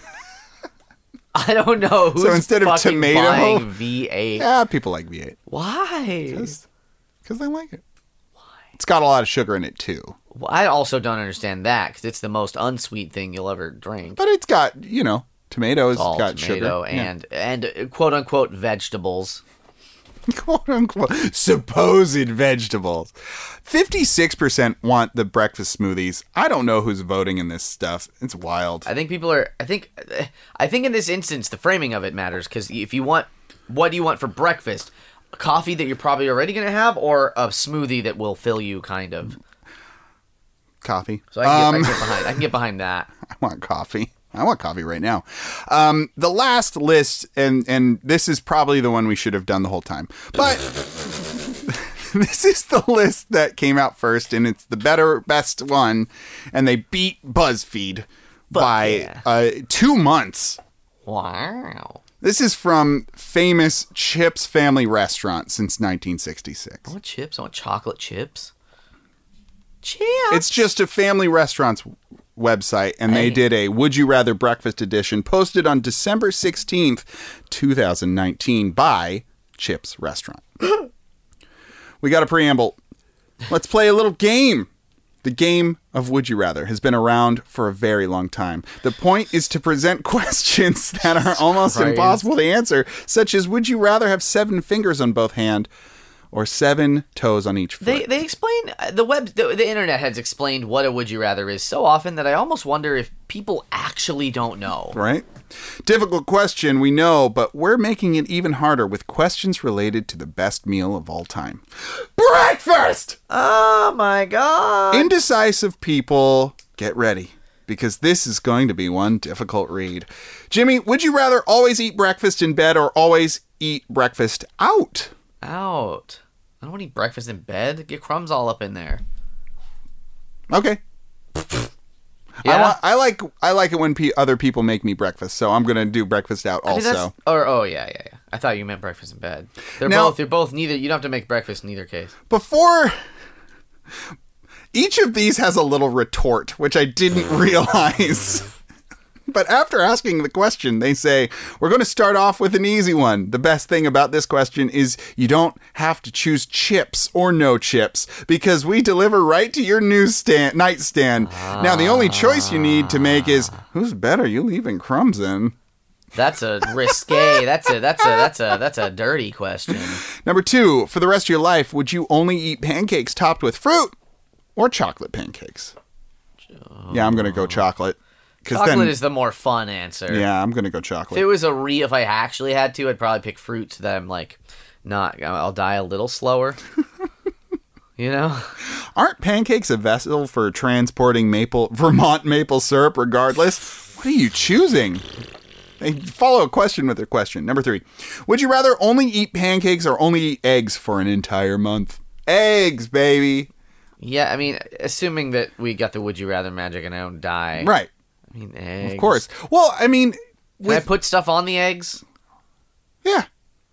Speaker 2: I don't know who's
Speaker 1: instead of
Speaker 2: fucking
Speaker 1: tomato-
Speaker 2: buying
Speaker 1: *laughs*
Speaker 2: V8.
Speaker 1: yeah, people like V8
Speaker 2: Why?
Speaker 1: because they like it. It's got a lot of sugar in it too,
Speaker 2: Well, I also don't understand that because it's the most unsweet thing you'll ever drink.
Speaker 1: but it's got you know tomatoes, it's
Speaker 2: All
Speaker 1: got
Speaker 2: tomato
Speaker 1: sugar
Speaker 2: and and quote unquote vegetables.
Speaker 1: *laughs* quote unquote supposed vegetables. 56% want the breakfast smoothies. I don't know who's voting in this stuff. It's wild.
Speaker 2: I think people are. I think uh, I think in this instance the framing of it matters because if you want, what do you want for breakfast? A coffee that you're probably already gonna have, or a smoothie that will fill you, kind of.
Speaker 1: Coffee.
Speaker 2: So I can,
Speaker 1: um,
Speaker 2: get, I can get behind. I can get behind that.
Speaker 1: *laughs* I want coffee. I want coffee right now. Um, the last list, and and this is probably the one we should have done the whole time, but *laughs* this is the list that came out first, and it's the better, best one, and they beat BuzzFeed by
Speaker 2: yeah.
Speaker 1: uh, two months.
Speaker 2: Wow.
Speaker 1: This is from famous Chips Family Restaurant since 1966.
Speaker 2: I want chips. I want chocolate chips. Champ.
Speaker 1: It's just a family restaurant's website, and they
Speaker 2: Hey.
Speaker 1: did a Would You Rather Breakfast edition posted on December 16th, 2019, by Chips Restaurant. we got a preamble. Let's play a little game. The game of Would You Rather has been around for a very long time. The point is to present *laughs* questions that are almost
Speaker 2: Christ.
Speaker 1: impossible to answer, such as Would you rather have seven fingers on both hand or seven toes on each foot?
Speaker 2: They they explain uh, the web the, the internet has explained what a would you rather is so often that I almost wonder if people actually don't know.
Speaker 1: right? Difficult question, we know, but we're making it even harder with questions related to the best meal of all time breakfast!
Speaker 2: Oh my god.
Speaker 1: Indecisive people, get ready. Because this is going to be one difficult read. Jimmy, would you rather always eat breakfast in bed or always eat breakfast out?
Speaker 2: Out. I don't want to eat breakfast in bed. Get crumbs all up in there.
Speaker 1: Okay. I,
Speaker 2: Yeah.
Speaker 1: wa- I like I like it when pe- other people make me breakfast, so I'm gonna do breakfast out
Speaker 2: I mean,
Speaker 1: also.
Speaker 2: that's- or oh yeah, yeah, yeah. I thought you meant breakfast in bed. They're
Speaker 1: Now-
Speaker 2: both they're both neither you don't have to make breakfast in either case.
Speaker 1: before each of these has a little retort which i didn't realize *laughs* but after asking the question they say we're going to start off with an easy one the best thing about this question is you don't have to choose chips or no chips because we deliver right to your newsstand nightstand now the only choice you need to make is who's better you leaving crumbs in
Speaker 2: That's a *laughs* risque. that's a that's a that's a that's a
Speaker 1: *laughs*
Speaker 2: dirty question.
Speaker 1: number two for the rest of your life would you only eat pancakes topped with fruit or chocolate pancakes Yeah, I'm gonna go chocolate. Because
Speaker 2: Chocolate
Speaker 1: then,
Speaker 2: is the more fun answer.
Speaker 1: yeah, I'm gonna go
Speaker 2: If it
Speaker 1: chocolate.
Speaker 2: was a re, if I actually had to, I'd probably pick fruit so that I'm like, not, I'll die a
Speaker 1: *laughs*
Speaker 2: little slower. you know,
Speaker 1: Aren't pancakes a vessel for transporting maple *laughs* Vermont maple syrup? Regardless, what are you choosing? They follow a question with their question. Number three, would you rather only eat pancakes or only eat eggs for an entire month? Eggs, baby.
Speaker 2: yeah. I mean, assuming that we got the would you rather magic and I don't die.
Speaker 1: Right,
Speaker 2: I mean, eggs.
Speaker 1: of course. Well, I mean,
Speaker 2: Can I
Speaker 1: with
Speaker 2: put stuff on the eggs?
Speaker 1: yeah,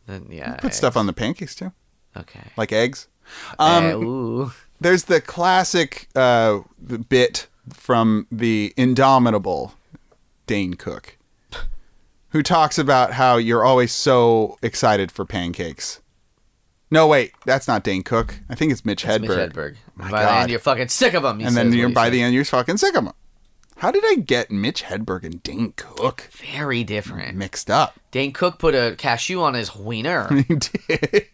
Speaker 2: Then yeah. eh,
Speaker 1: put stuff on the pancakes too,
Speaker 2: Okay.
Speaker 1: like eggs.
Speaker 2: Eh,
Speaker 1: Um,
Speaker 2: ooh.
Speaker 1: there's the classic uh, bit from the indomitable Dane Cook, who talks about how you're always so excited for pancakes. No, wait, that's not Dane Cook. I think it's Mitch
Speaker 2: It's
Speaker 1: Hedberg.
Speaker 2: Mitch Hedberg.
Speaker 1: My
Speaker 2: by the
Speaker 1: God.
Speaker 2: end, you're fucking sick of them.
Speaker 1: And then you're by the end, you're fucking sick of him. How did I get Mitch Hedberg and Dane Cook
Speaker 2: Very different.
Speaker 1: mixed up? *laughs*
Speaker 2: Dane Cook put a cashew on his wiener.
Speaker 1: He did.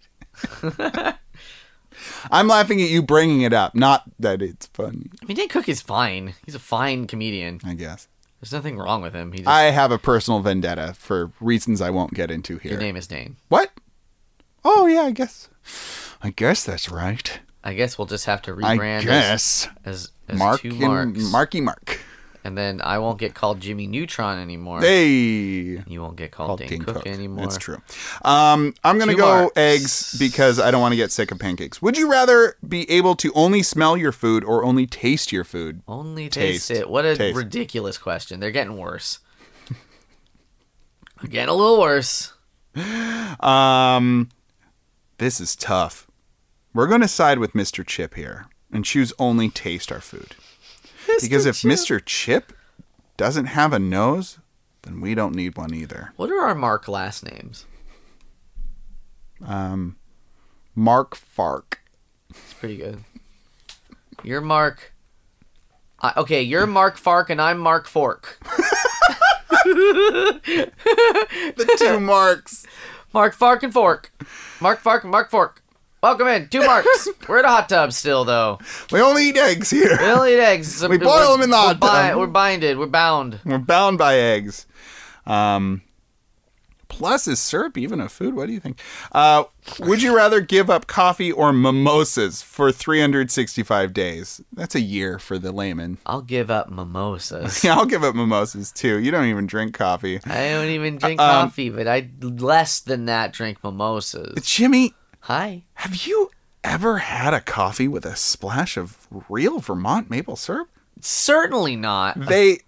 Speaker 1: I'm laughing at you bringing it up, not that it's funny,
Speaker 2: I mean, Dane Cook is fine. He's a fine comedian.
Speaker 1: I guess.
Speaker 2: There's nothing wrong with him. He just,
Speaker 1: I have a personal vendetta for reasons I won't get into here.
Speaker 2: your name is Dane.
Speaker 1: What? Oh yeah, I guess. I guess that's right.
Speaker 2: I guess we'll just have to
Speaker 1: I
Speaker 2: rebrand as-
Speaker 1: guess
Speaker 2: as, as
Speaker 1: Mark
Speaker 2: two
Speaker 1: and
Speaker 2: marks,
Speaker 1: Marky Mark.
Speaker 2: and then I won't get called Jimmy Neutron anymore.
Speaker 1: Hey,
Speaker 2: you won't get called Dane, Cook, anymore.
Speaker 1: That's true. Um, I'm gonna
Speaker 2: Two
Speaker 1: go
Speaker 2: marks.
Speaker 1: eggs because I don't want to get sick of pancakes. Would you rather be able to only smell your food or only taste your food?
Speaker 2: Only taste,
Speaker 1: Taste.
Speaker 2: it. What a
Speaker 1: Taste.
Speaker 2: ridiculous question. They're getting worse. They're getting a little worse.
Speaker 1: Um, this is tough. We're gonna side with Mr. Chip here and choose only taste our food. *laughs* Because if Mr. Chip doesn't have a nose, then we don't need one either.
Speaker 2: What are our Mark last names?
Speaker 1: Um, Mark Fark.
Speaker 2: It's pretty good. You're Mark. I, okay, you're Mark Fark and I'm Mark Fork.
Speaker 1: *laughs* The two marks.
Speaker 2: Mark Fark and Fork. Mark Fark and Mark Fork. Welcome in. Two
Speaker 1: *laughs*
Speaker 2: marks. We're at a hot tub still, though.
Speaker 1: We only eat eggs
Speaker 2: We
Speaker 1: here. *laughs*
Speaker 2: only eat eggs.
Speaker 1: We boil 'em in the
Speaker 2: we're
Speaker 1: hot
Speaker 2: bi-
Speaker 1: tub.
Speaker 2: We're binded. We're bound.
Speaker 1: We're bound by eggs. Um, plus, is syrup even a food? What do you think? Uh, would you rather give up coffee or mimosas for 365 days? That's a year for the layman. *laughs*
Speaker 2: I'll give up mimosas.
Speaker 1: Yeah, I'll give up mimosas too. You don't even drink coffee.
Speaker 2: I don't even drink
Speaker 1: Uh, um,
Speaker 2: coffee, but I less than that drink mimosas.
Speaker 1: Jimmy,
Speaker 2: Hi.
Speaker 1: Have you ever had a coffee with a splash of real Vermont maple syrup?
Speaker 2: Certainly not.
Speaker 1: They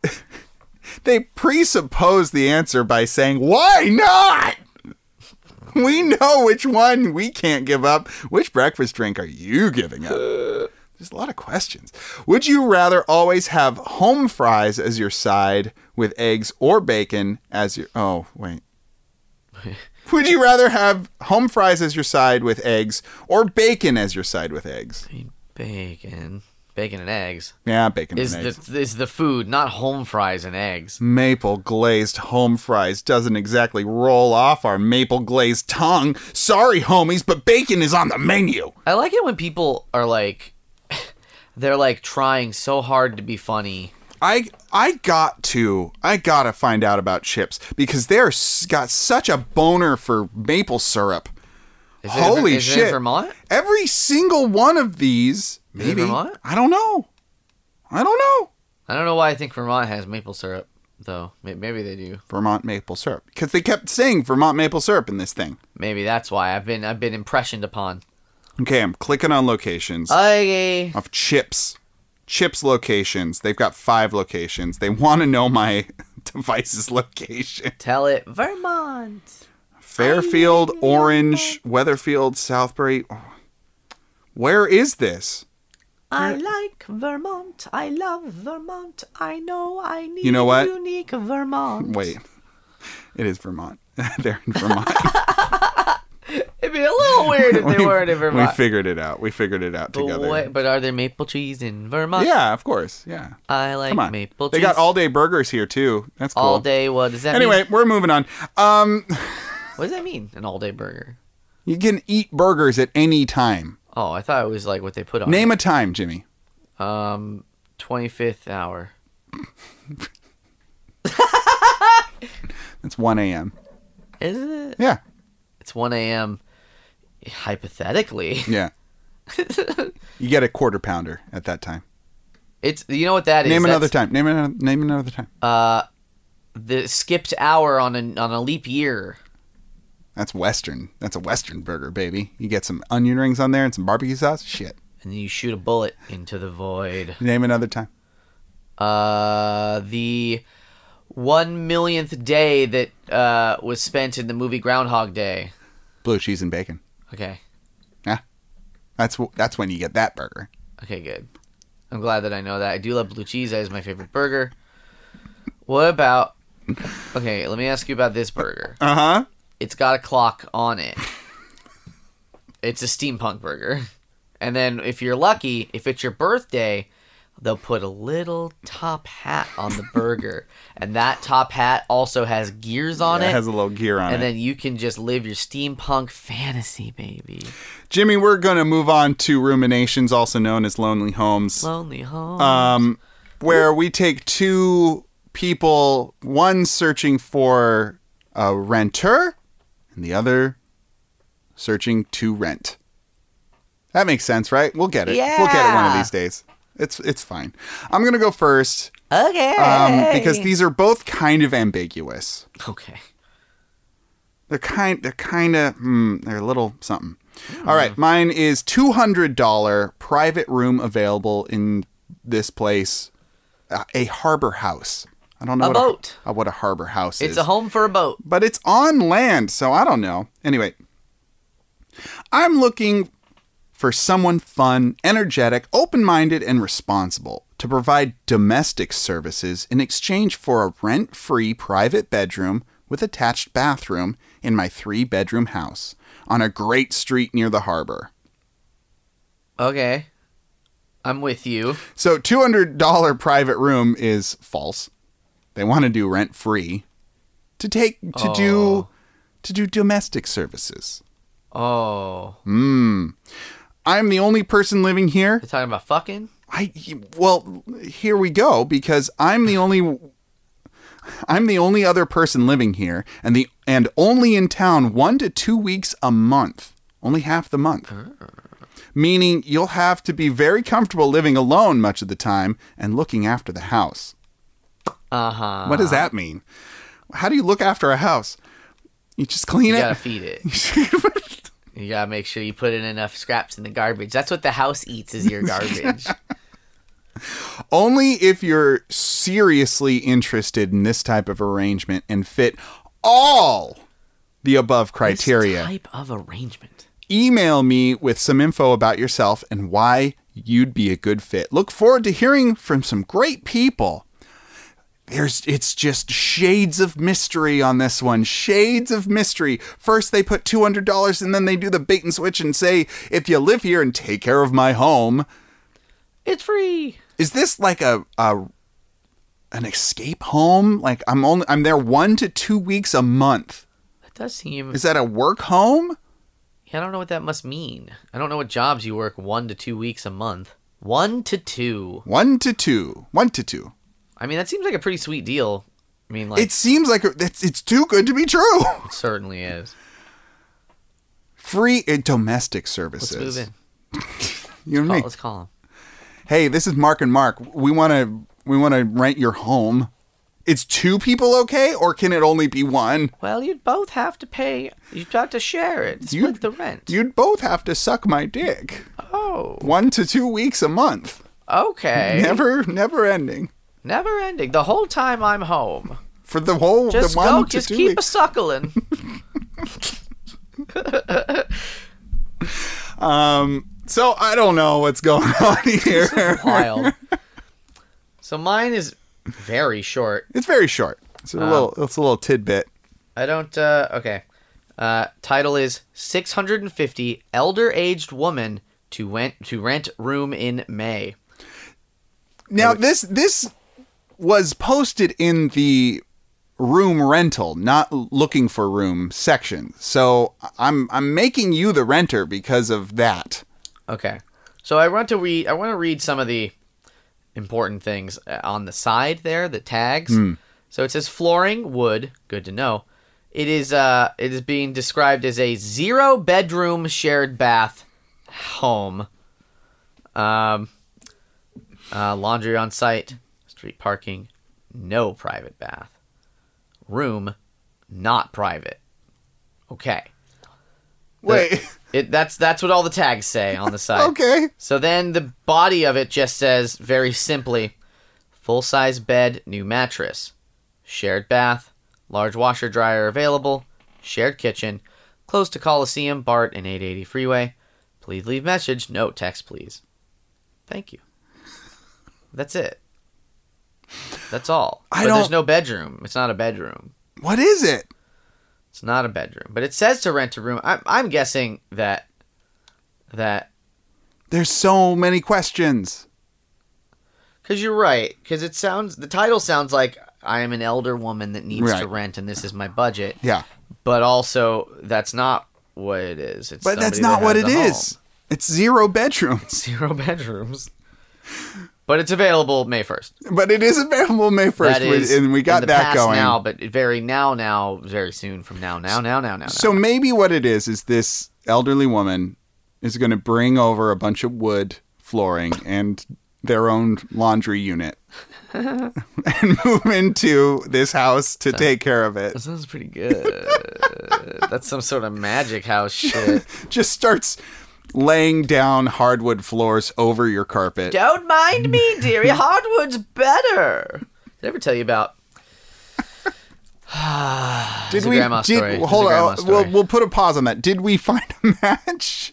Speaker 1: *laughs* they presuppose the answer by saying, "Why not?"
Speaker 2: Uh.
Speaker 1: We know which one we can't give up. Which breakfast drink are you giving up? There's a lot of questions. Would you rather always have home fries as your side with eggs or bacon as your. Oh,
Speaker 2: *laughs*
Speaker 1: wait. Would you rather have home fries as your side with eggs or bacon as your side with eggs?
Speaker 2: I mean, bacon, bacon and eggs
Speaker 1: Yeah, bacon
Speaker 2: is
Speaker 1: and eggs.
Speaker 2: the is the food, not home fries and eggs.
Speaker 1: Maple glazed home fries doesn't exactly roll off our maple glazed tongue. Sorry, homies, but bacon is on the menu.
Speaker 2: I like it when people are like, *laughs* they're like trying so hard to be funny.
Speaker 1: I I got to I gotta find out about chips because they're s- got such a boner for maple syrup.
Speaker 2: Is it in-
Speaker 1: Holy
Speaker 2: is
Speaker 1: shit!
Speaker 2: It in Vermont.
Speaker 1: Every single one of these,
Speaker 2: it
Speaker 1: maybe
Speaker 2: Vermont?
Speaker 1: I don't know. I don't know
Speaker 2: I don't know why I think Vermont has maple syrup though. May- Maybe they do.
Speaker 1: Vermont maple syrup because they kept saying Vermont maple syrup in this thing.
Speaker 2: Maybe that's why I've been I've been impressioned upon.
Speaker 1: Okay, I'm clicking on locations
Speaker 2: I
Speaker 1: of chips, chips locations. They've got five locations. They want to know my *laughs* device's location.
Speaker 2: tell it Vermont.
Speaker 1: Fairfield, Orange, Weatherfield, Southbury. Where is this?
Speaker 2: I like Vermont. I love Vermont. I know I need
Speaker 1: You know what?
Speaker 2: unique Vermont.
Speaker 1: *laughs* Wait, it is Vermont. *laughs* They're in Vermont.
Speaker 2: It'd be a little weird
Speaker 1: *laughs*
Speaker 2: if *laughs* they weren't in Vermont.
Speaker 1: We figured it out. We figured it out
Speaker 2: but,
Speaker 1: together.
Speaker 2: what- but are there maple trees in Vermont?
Speaker 1: Yeah, of course. Yeah.
Speaker 2: I like
Speaker 1: Come on.
Speaker 2: maple
Speaker 1: they
Speaker 2: trees.
Speaker 1: got all day burgers here too. That's cool.
Speaker 2: all day. What does that
Speaker 1: Anyway,
Speaker 2: mean?
Speaker 1: we're moving on. Um,
Speaker 2: What does that mean? An all day burger.
Speaker 1: you can eat burgers at any time.
Speaker 2: Oh, I thought it was like what they put on.
Speaker 1: Name a time, Jimmy.
Speaker 2: it. Um, twenty fifth hour.
Speaker 1: It's 1 a.m.
Speaker 2: Is it?
Speaker 1: Yeah.
Speaker 2: It's one a.m. Hypothetically, *laughs*
Speaker 1: Yeah. you get a quarter pounder at that time.
Speaker 2: it's you know what that is.
Speaker 1: name another
Speaker 2: That's-
Speaker 1: time. Name another. Name another time.
Speaker 2: Uh, the skipped hour on a on a leap year.
Speaker 1: That's Western. That's a Western burger, baby. You get some onion rings on there and some barbecue sauce. Shit.
Speaker 2: and then you shoot a bullet into the void.
Speaker 1: Name another time.
Speaker 2: Uh, the one millionth day that uh, was spent in the movie Groundhog Day.
Speaker 1: Blue cheese and bacon.
Speaker 2: Okay,
Speaker 1: That's wh- that's when you get that burger.
Speaker 2: okay, good. I'm glad that I know that. I do love blue cheese. That is my favorite burger. What about? Okay, let me ask you about this burger.
Speaker 1: Uh huh.
Speaker 2: It's got a clock on it. It's a steampunk burger. And then if you're lucky, if it's your birthday, they'll put a little top hat on the burger. and that top hat also has gears on
Speaker 1: it
Speaker 2: it.
Speaker 1: has a little gear on
Speaker 2: and
Speaker 1: it.
Speaker 2: then you can just live your steampunk fantasy, baby.
Speaker 1: Jimmy, we're gonna move on to ruminations, also known as lonely homes,
Speaker 2: Lonely home.
Speaker 1: um, where we take two people, one searching for a renter, and the other searching to rent. That makes sense, right? We'll get it. We'll get it one of
Speaker 2: Yeah.
Speaker 1: these days. It's it's fine. I'm gonna go first.
Speaker 2: okay.
Speaker 1: um, because these are both kind of ambiguous.
Speaker 2: okay.
Speaker 1: They're kind, they're kind of, mm, they're a little something.
Speaker 2: Hmm.
Speaker 1: All right, mine is two hundred dollar private room available in this place, uh, a harbor house. I don't know
Speaker 2: A
Speaker 1: what
Speaker 2: boat.
Speaker 1: A, uh, what a harbor house
Speaker 2: It's
Speaker 1: is,
Speaker 2: a home for a boat.
Speaker 1: but it's on land, so I don't know. Anyway, I'm looking for someone fun, energetic, open minded, and responsible to provide domestic services in exchange for a rent free private bedroom with attached bathroom in my three bedroom house on a great street near the harbor.
Speaker 2: Okay. I'm with you.
Speaker 1: So, $200 private room is false. They want to do rent free to take to do
Speaker 2: Oh.
Speaker 1: to do domestic services.
Speaker 2: Oh.
Speaker 1: Hmm. I'm the only person living here.
Speaker 2: They're talking about fucking?
Speaker 1: I well, here we go because I'm the only I'm the only other person living here and the and only in town 1 to 2 weeks a month. Only half the month. Meaning you'll have to be very comfortable living alone much of the time and looking after the house.
Speaker 2: Uh huh.
Speaker 1: What does that mean? How do you look after a house? You just clean
Speaker 2: You
Speaker 1: it.
Speaker 2: gotta *laughs* feed it.
Speaker 1: *laughs*
Speaker 2: You gotta make sure you put in enough scraps in the garbage. That's what the house eats is
Speaker 1: *laughs*
Speaker 2: your garbage.
Speaker 1: Only if you're seriously interested in this type of arrangement and fit all the above
Speaker 2: This
Speaker 1: criteria.
Speaker 2: type of arrangement.
Speaker 1: email me with some info about yourself and why you'd be a good fit. Look forward to hearing from some great people. There's it's just shades of mystery on this one. Shades of mystery. First they put $200 and then they do the bait and switch and say, "If you live here and take care of my home."
Speaker 2: It's free.
Speaker 1: Is this like a, a an escape home? Like I'm only I'm there 1 to 2 weeks a month.
Speaker 2: That does seem.
Speaker 1: Is that a work home?
Speaker 2: I don't know what that must mean. I don't know what jobs you work one to two weeks a month. One to two.
Speaker 1: 1 to 2. 1 to 2.
Speaker 2: I mean, that seems like a pretty sweet deal. I mean, like
Speaker 1: it seems like a- it's, it's too good to be true. *laughs*
Speaker 2: it certainly is.
Speaker 1: Free uh, domestic
Speaker 2: Let's
Speaker 1: services.
Speaker 2: move in.
Speaker 1: You and
Speaker 2: Call,
Speaker 1: me.
Speaker 2: let's call him.
Speaker 1: Hey, this is Mark and Mark. We want to we want to rent your home. It's two people okay or can it only be one?
Speaker 2: Well, you'd both have to pay. You'd have to share it. Split
Speaker 1: You'd-
Speaker 2: the rent.
Speaker 1: You'd both have to suck my dick.
Speaker 2: oh,
Speaker 1: 1 to 2 weeks a month.
Speaker 2: okay.
Speaker 1: Never never ending.
Speaker 2: Never ending. The whole time I'm home.
Speaker 1: For the whole
Speaker 2: Just
Speaker 1: the 1
Speaker 2: go.
Speaker 1: to
Speaker 2: Just
Speaker 1: 2
Speaker 2: keep a
Speaker 1: weeks.
Speaker 2: suckling.
Speaker 1: Um so I don't know what's going *laughs* on here.
Speaker 2: Wild. So mine is very short.
Speaker 1: it's very short. It's a
Speaker 2: Uh.
Speaker 1: little it's a little tidbit.
Speaker 2: I don't. Uh, okay. Uh, title is 650 elder aged woman to rent to rent room in May.
Speaker 1: Now this this was posted in the room rental, not looking for room section. So I'm I'm making you the renter because of that.
Speaker 2: Okay. So I want to read. I want to read some of the important things uh, on the side there. The tags. So it says flooring wood. Good to know. It is. Uh, it is being described as a zero bedroom shared bath home. Um, uh, laundry on site. Street parking. No private bath. Room, not private. Okay.
Speaker 1: Wait.
Speaker 2: It that's that's what all the tags say on the side.
Speaker 1: okay.
Speaker 2: So then the body of it just says very simply full size bed, new mattress, shared bath, large washer dryer available, shared kitchen, close to Coliseum, BART, and 880 freeway. Please leave message, no text, please. Thank you. That's it. That's all.
Speaker 1: I
Speaker 2: but there's
Speaker 1: don't-
Speaker 2: no bedroom. It's not a bedroom.
Speaker 1: What is it?
Speaker 2: It's not a bedroom, but it says to rent a room. I'm, I'm guessing that that
Speaker 1: There's so many questions.
Speaker 2: Because you're right. Because it sounds the title sounds like I am an elder woman that needs to
Speaker 1: Right.
Speaker 2: rent, and this is my budget.
Speaker 1: Yeah.
Speaker 2: But also, that's not what it is. It's
Speaker 1: But that's
Speaker 2: somebody
Speaker 1: not
Speaker 2: that
Speaker 1: what
Speaker 2: has
Speaker 1: it
Speaker 2: a
Speaker 1: is. It's zero bedrooms, *laughs*
Speaker 2: home. *laughs* Zero bedrooms. But it's available May first.
Speaker 1: but it is available May 1st
Speaker 2: That is,
Speaker 1: and we got
Speaker 2: in the
Speaker 1: that
Speaker 2: past
Speaker 1: going.
Speaker 2: now, but very now, now, very soon from now, now, now, now, now.
Speaker 1: So
Speaker 2: now.
Speaker 1: maybe what it is is this elderly woman is going to bring over a bunch of wood flooring and their own laundry unit *laughs* and move into this house to take care of
Speaker 2: that
Speaker 1: it.
Speaker 2: sounds pretty good. *laughs* that's some sort of magic
Speaker 1: *laughs*
Speaker 2: house shit.
Speaker 1: Just starts laying down hardwood floors over your carpet.
Speaker 2: Don't mind me, dearie. Hardwood's better. Did I ever tell you about?
Speaker 1: Did
Speaker 2: a grandma story. It's a
Speaker 1: hold
Speaker 2: grandma
Speaker 1: on.
Speaker 2: story.
Speaker 1: We'll, we'll put a pause on that. Did we *laughs* find a match?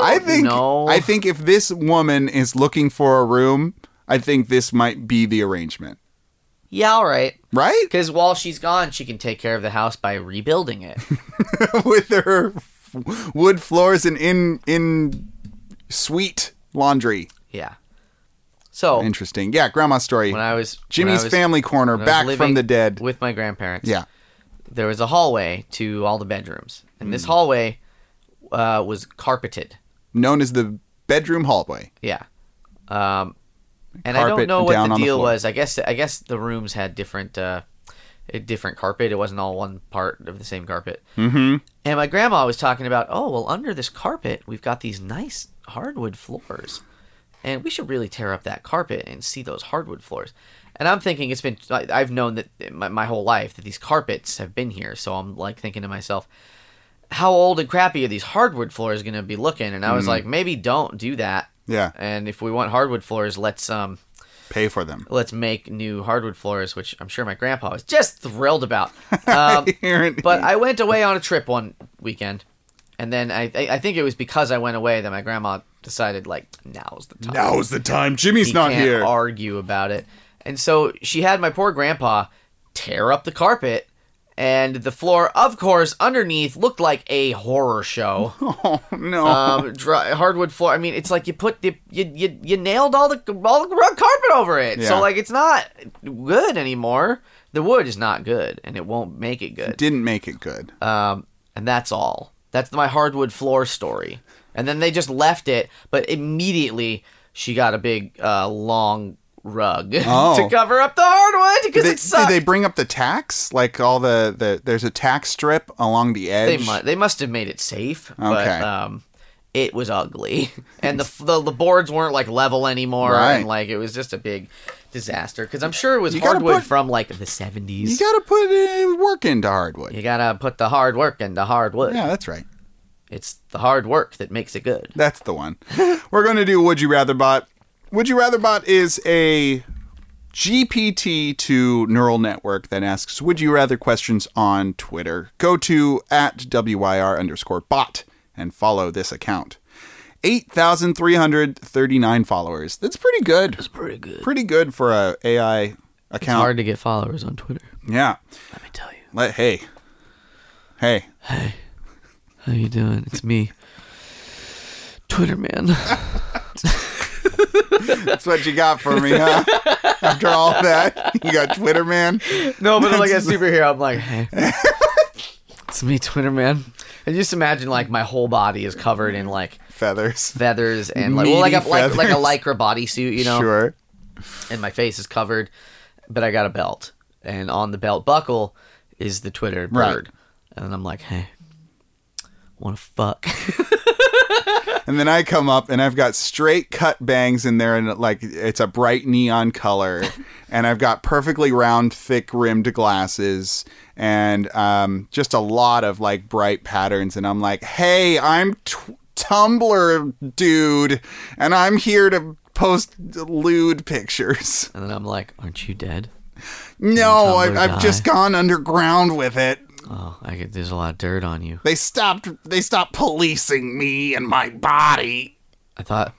Speaker 1: I, think
Speaker 2: know.
Speaker 1: I think if this woman is looking for a room, I think this might be the arrangement.
Speaker 2: Yeah, all right.
Speaker 1: Right?
Speaker 2: Because while she's gone, she can take care of the house by
Speaker 1: *laughs*
Speaker 2: rebuilding it.
Speaker 1: with her f- wood floors and in in sweet laundry.
Speaker 2: yeah. So when
Speaker 1: Interesting. Yeah, grandma's story.
Speaker 2: I was
Speaker 1: Jimmy's
Speaker 2: Oh. when I was-
Speaker 1: family corner
Speaker 2: when I was
Speaker 1: back
Speaker 2: living
Speaker 1: from the dead.
Speaker 2: with my grandparents,
Speaker 1: yeah.
Speaker 2: there was a hallway to all the bedrooms, and
Speaker 1: Mm.
Speaker 2: this hallway uh, was carpeted.
Speaker 1: Known as the bedroom hallway.
Speaker 2: Yeah. Um, and I
Speaker 1: Carpet
Speaker 2: don't know what
Speaker 1: down
Speaker 2: the
Speaker 1: on the
Speaker 2: deal
Speaker 1: floor.
Speaker 2: was. I guess I guess the rooms had different uh, a different carpet. It wasn't all one part of the same carpet.
Speaker 1: Mhm.
Speaker 2: And my grandma was talking about, oh well, under this carpet we've got these nice hardwood floors, and we should really tear up that carpet and see those hardwood floors. And I'm thinking it's been I- I've known that my, my whole life that these carpets have been here. So I'm like thinking to myself, how old and crappy are these hardwood floors going to be looking? And I
Speaker 1: Mm.
Speaker 2: was like, maybe don't do that.
Speaker 1: Yeah.
Speaker 2: And if we want hardwood floors, let's um
Speaker 1: Pay for them. *laughs*
Speaker 2: let's make new hardwood floors, which I'm sure my grandpa
Speaker 1: *laughs*
Speaker 2: was just thrilled about. Um,
Speaker 1: Aaron-
Speaker 2: but I went away on a trip one weekend, And then I, I I think it was because I went away that my grandma decided like now's the time.
Speaker 1: Now's the time. Jimmy's
Speaker 2: He
Speaker 1: not
Speaker 2: can't
Speaker 1: here.
Speaker 2: Argue about it. And so she had my poor grandpa tear up the carpet, and the floor, of course, underneath looked like a horror
Speaker 1: *laughs*
Speaker 2: show.
Speaker 1: *laughs* oh no.
Speaker 2: um, dry, hardwood floor. I mean, it's like you put the you you, you nailed all the all the rug carpet over it.
Speaker 1: Yeah.
Speaker 2: So like it's not good anymore. The wood is not good, and it won't make it good.
Speaker 1: Didn't make it good.
Speaker 2: Um, and that's all. That's my hardwood floor story. And then they just left it, but immediately she got a big uh, long rug *laughs*
Speaker 1: Oh.
Speaker 2: to cover up the hardwood because
Speaker 1: Did they,
Speaker 2: it sucked.
Speaker 1: did
Speaker 2: They,
Speaker 1: they bring up the tax? Like all the, the there's a tax strip along the edge.
Speaker 2: must they must have made it safe,
Speaker 1: Okay.
Speaker 2: but um, it was ugly, *laughs* and the, the the boards weren't like level anymore,
Speaker 1: Right.
Speaker 2: and like it was just a big disaster. Because I'm sure it was
Speaker 1: You gotta
Speaker 2: hardwood
Speaker 1: put-
Speaker 2: from like the 70s.
Speaker 1: You gotta put uh, work into hardwood.
Speaker 2: you gotta put the hard work in the hardwood.
Speaker 1: Yeah, that's right.
Speaker 2: It's the hard work that makes it good.
Speaker 1: That's the one. We're going to do Would You Rather Bot. Would You Rather Bot is a GPT to neural network that asks Would You Rather questions on Twitter. Go to at WYR underscore bot and follow this account. 8,339 followers. That's pretty good.
Speaker 2: Pretty good.
Speaker 1: Pretty good for a AI account.
Speaker 2: Hard to get followers on Twitter.
Speaker 1: Yeah.
Speaker 2: Let me tell you.
Speaker 1: Let, hey. Hey.
Speaker 2: How you doing? It's me, Twitter man. *laughs*
Speaker 1: That's what you got for me, huh? After all that, you got Twitter, man.
Speaker 2: no, but I'm like a superhero. I'm
Speaker 1: *laughs*
Speaker 2: like, hey, it's me, Twitter man. And just imagine like my whole body is covered in like
Speaker 1: Feathers.
Speaker 2: feathers and like well, like a
Speaker 1: Meaty
Speaker 2: like, like a
Speaker 1: feathers.
Speaker 2: lycra bodysuit, you know.
Speaker 1: Sure.
Speaker 2: And my face is covered, but I got a belt, and on the belt buckle is the Twitter
Speaker 1: Right.
Speaker 2: bird, and I'm like, hey, want to fuck? *laughs*
Speaker 1: And then I come up and I've got straight cut bangs in there and like it's a bright neon
Speaker 2: *laughs*
Speaker 1: color and I've got perfectly round thick rimmed glasses and um, just a lot of like bright patterns and I'm like, "Hey, I'm t- Tumblr dude and I'm here to post lewd pictures."
Speaker 2: and then I'm like, aren't you dead?
Speaker 1: No, I,
Speaker 2: Tumblr
Speaker 1: I've
Speaker 2: guy.
Speaker 1: just gone underground with it.
Speaker 2: Oh, I get, there's a lot of dirt on you.
Speaker 1: They stopped they stopped policing me and my body.
Speaker 2: I thought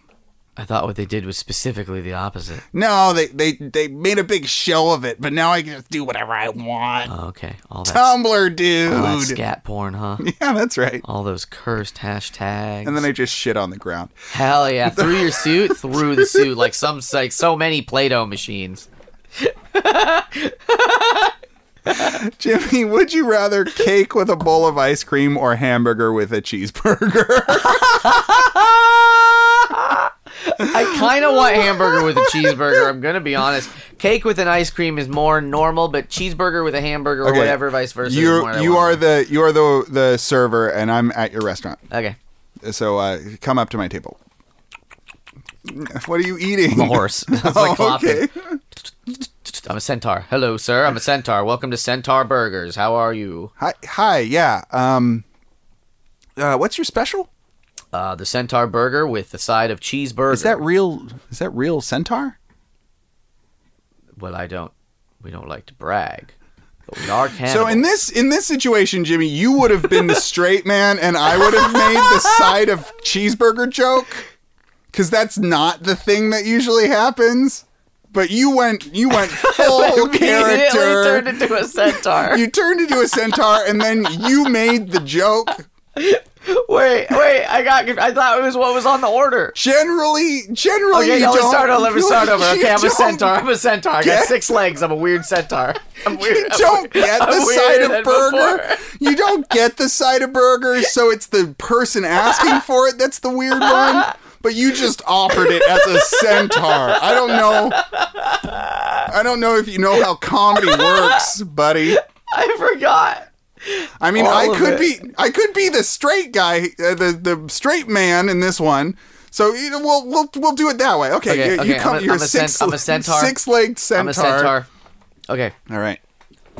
Speaker 2: I thought what they did was specifically the opposite.
Speaker 1: No, they, they they made a big show of it, but now I can just do whatever I want.
Speaker 2: Oh, okay. All that,
Speaker 1: Tumblr,
Speaker 2: all that
Speaker 1: dude.
Speaker 2: scat porn, huh?
Speaker 1: yeah, that's right.
Speaker 2: All those cursed hashtags.
Speaker 1: And then I just shit on the ground.
Speaker 2: Hell
Speaker 1: *laughs*
Speaker 2: yeah, through your suit, through the suit, like some like so many Play-Doh machines.
Speaker 1: Jimmy, would you rather cake with a bowl of ice cream or hamburger with a
Speaker 2: *laughs*
Speaker 1: cheeseburger?
Speaker 2: I kind of want hamburger with a cheeseburger. I'm gonna be honest. Cake with an ice cream is more normal, but cheeseburger with a hamburger or
Speaker 1: Okay.
Speaker 2: whatever, vice versa. is
Speaker 1: you
Speaker 2: more I
Speaker 1: you are
Speaker 2: want.
Speaker 1: the you are the the server, and I'm at your restaurant.
Speaker 2: okay.
Speaker 1: So uh, come up to my table. What are you eating?
Speaker 2: I'm
Speaker 1: *laughs*
Speaker 2: a horse. *laughs* It's like
Speaker 1: Oh,
Speaker 2: clapping.
Speaker 1: okay.
Speaker 2: I'm a centaur. Hello, sir. I'm a centaur. Welcome to Centaur Burgers. How are you?
Speaker 1: Hi, hi, yeah. Um, uh, what's your special?
Speaker 2: Uh, the centaur burger with the side of cheeseburger.
Speaker 1: Is that real? Is that real centaur?
Speaker 2: well i don't we don't like to brag but we are cannibals.
Speaker 1: So in this in this situation, Jimmy, you would have
Speaker 2: *laughs*
Speaker 1: been the straight man, and I would have made the side of cheeseburger joke, because that's not the thing that usually happens. But you went you
Speaker 2: *laughs*
Speaker 1: went full
Speaker 2: Immediately turned
Speaker 1: character.
Speaker 2: into a centaur
Speaker 1: *laughs* You turned into a centaur, and then you made the joke.
Speaker 2: wait wait i got conf- i thought it was what was on the order
Speaker 1: Generally, generally,
Speaker 2: okay
Speaker 1: you
Speaker 2: no, let's
Speaker 1: don't-
Speaker 2: start over let me
Speaker 1: you-
Speaker 2: start over
Speaker 1: you
Speaker 2: okay i'm a
Speaker 1: don't-
Speaker 2: centaur i'm a centaur i
Speaker 1: get-
Speaker 2: got six legs i'm a
Speaker 1: *laughs*
Speaker 2: weird centaur i'm weird
Speaker 1: You
Speaker 2: I'm
Speaker 1: don't
Speaker 2: weird.
Speaker 1: get the
Speaker 2: *laughs* I'm
Speaker 1: side
Speaker 2: weirder
Speaker 1: of
Speaker 2: than
Speaker 1: burger.
Speaker 2: before. *laughs*
Speaker 1: You don't get the side of burger, so it's the person
Speaker 2: *laughs*
Speaker 1: asking for it that's the weird one. But you just offered it as a centaur. I don't know. I don't know if you know how comedy works, buddy.
Speaker 2: i forgot
Speaker 1: I mean,
Speaker 2: All
Speaker 1: I
Speaker 2: of
Speaker 1: could be I could be the straight guy, uh, the the straight man in this one. So you know, we'll we'll we'll do it that way. Okay,
Speaker 2: Okay,
Speaker 1: you, you
Speaker 2: okay,
Speaker 1: come.
Speaker 2: I'm a-
Speaker 1: you're
Speaker 2: I'm a
Speaker 1: six.
Speaker 2: cent- I'm a centaur.
Speaker 1: Six-legged
Speaker 2: i'm a centaur okay
Speaker 1: all right.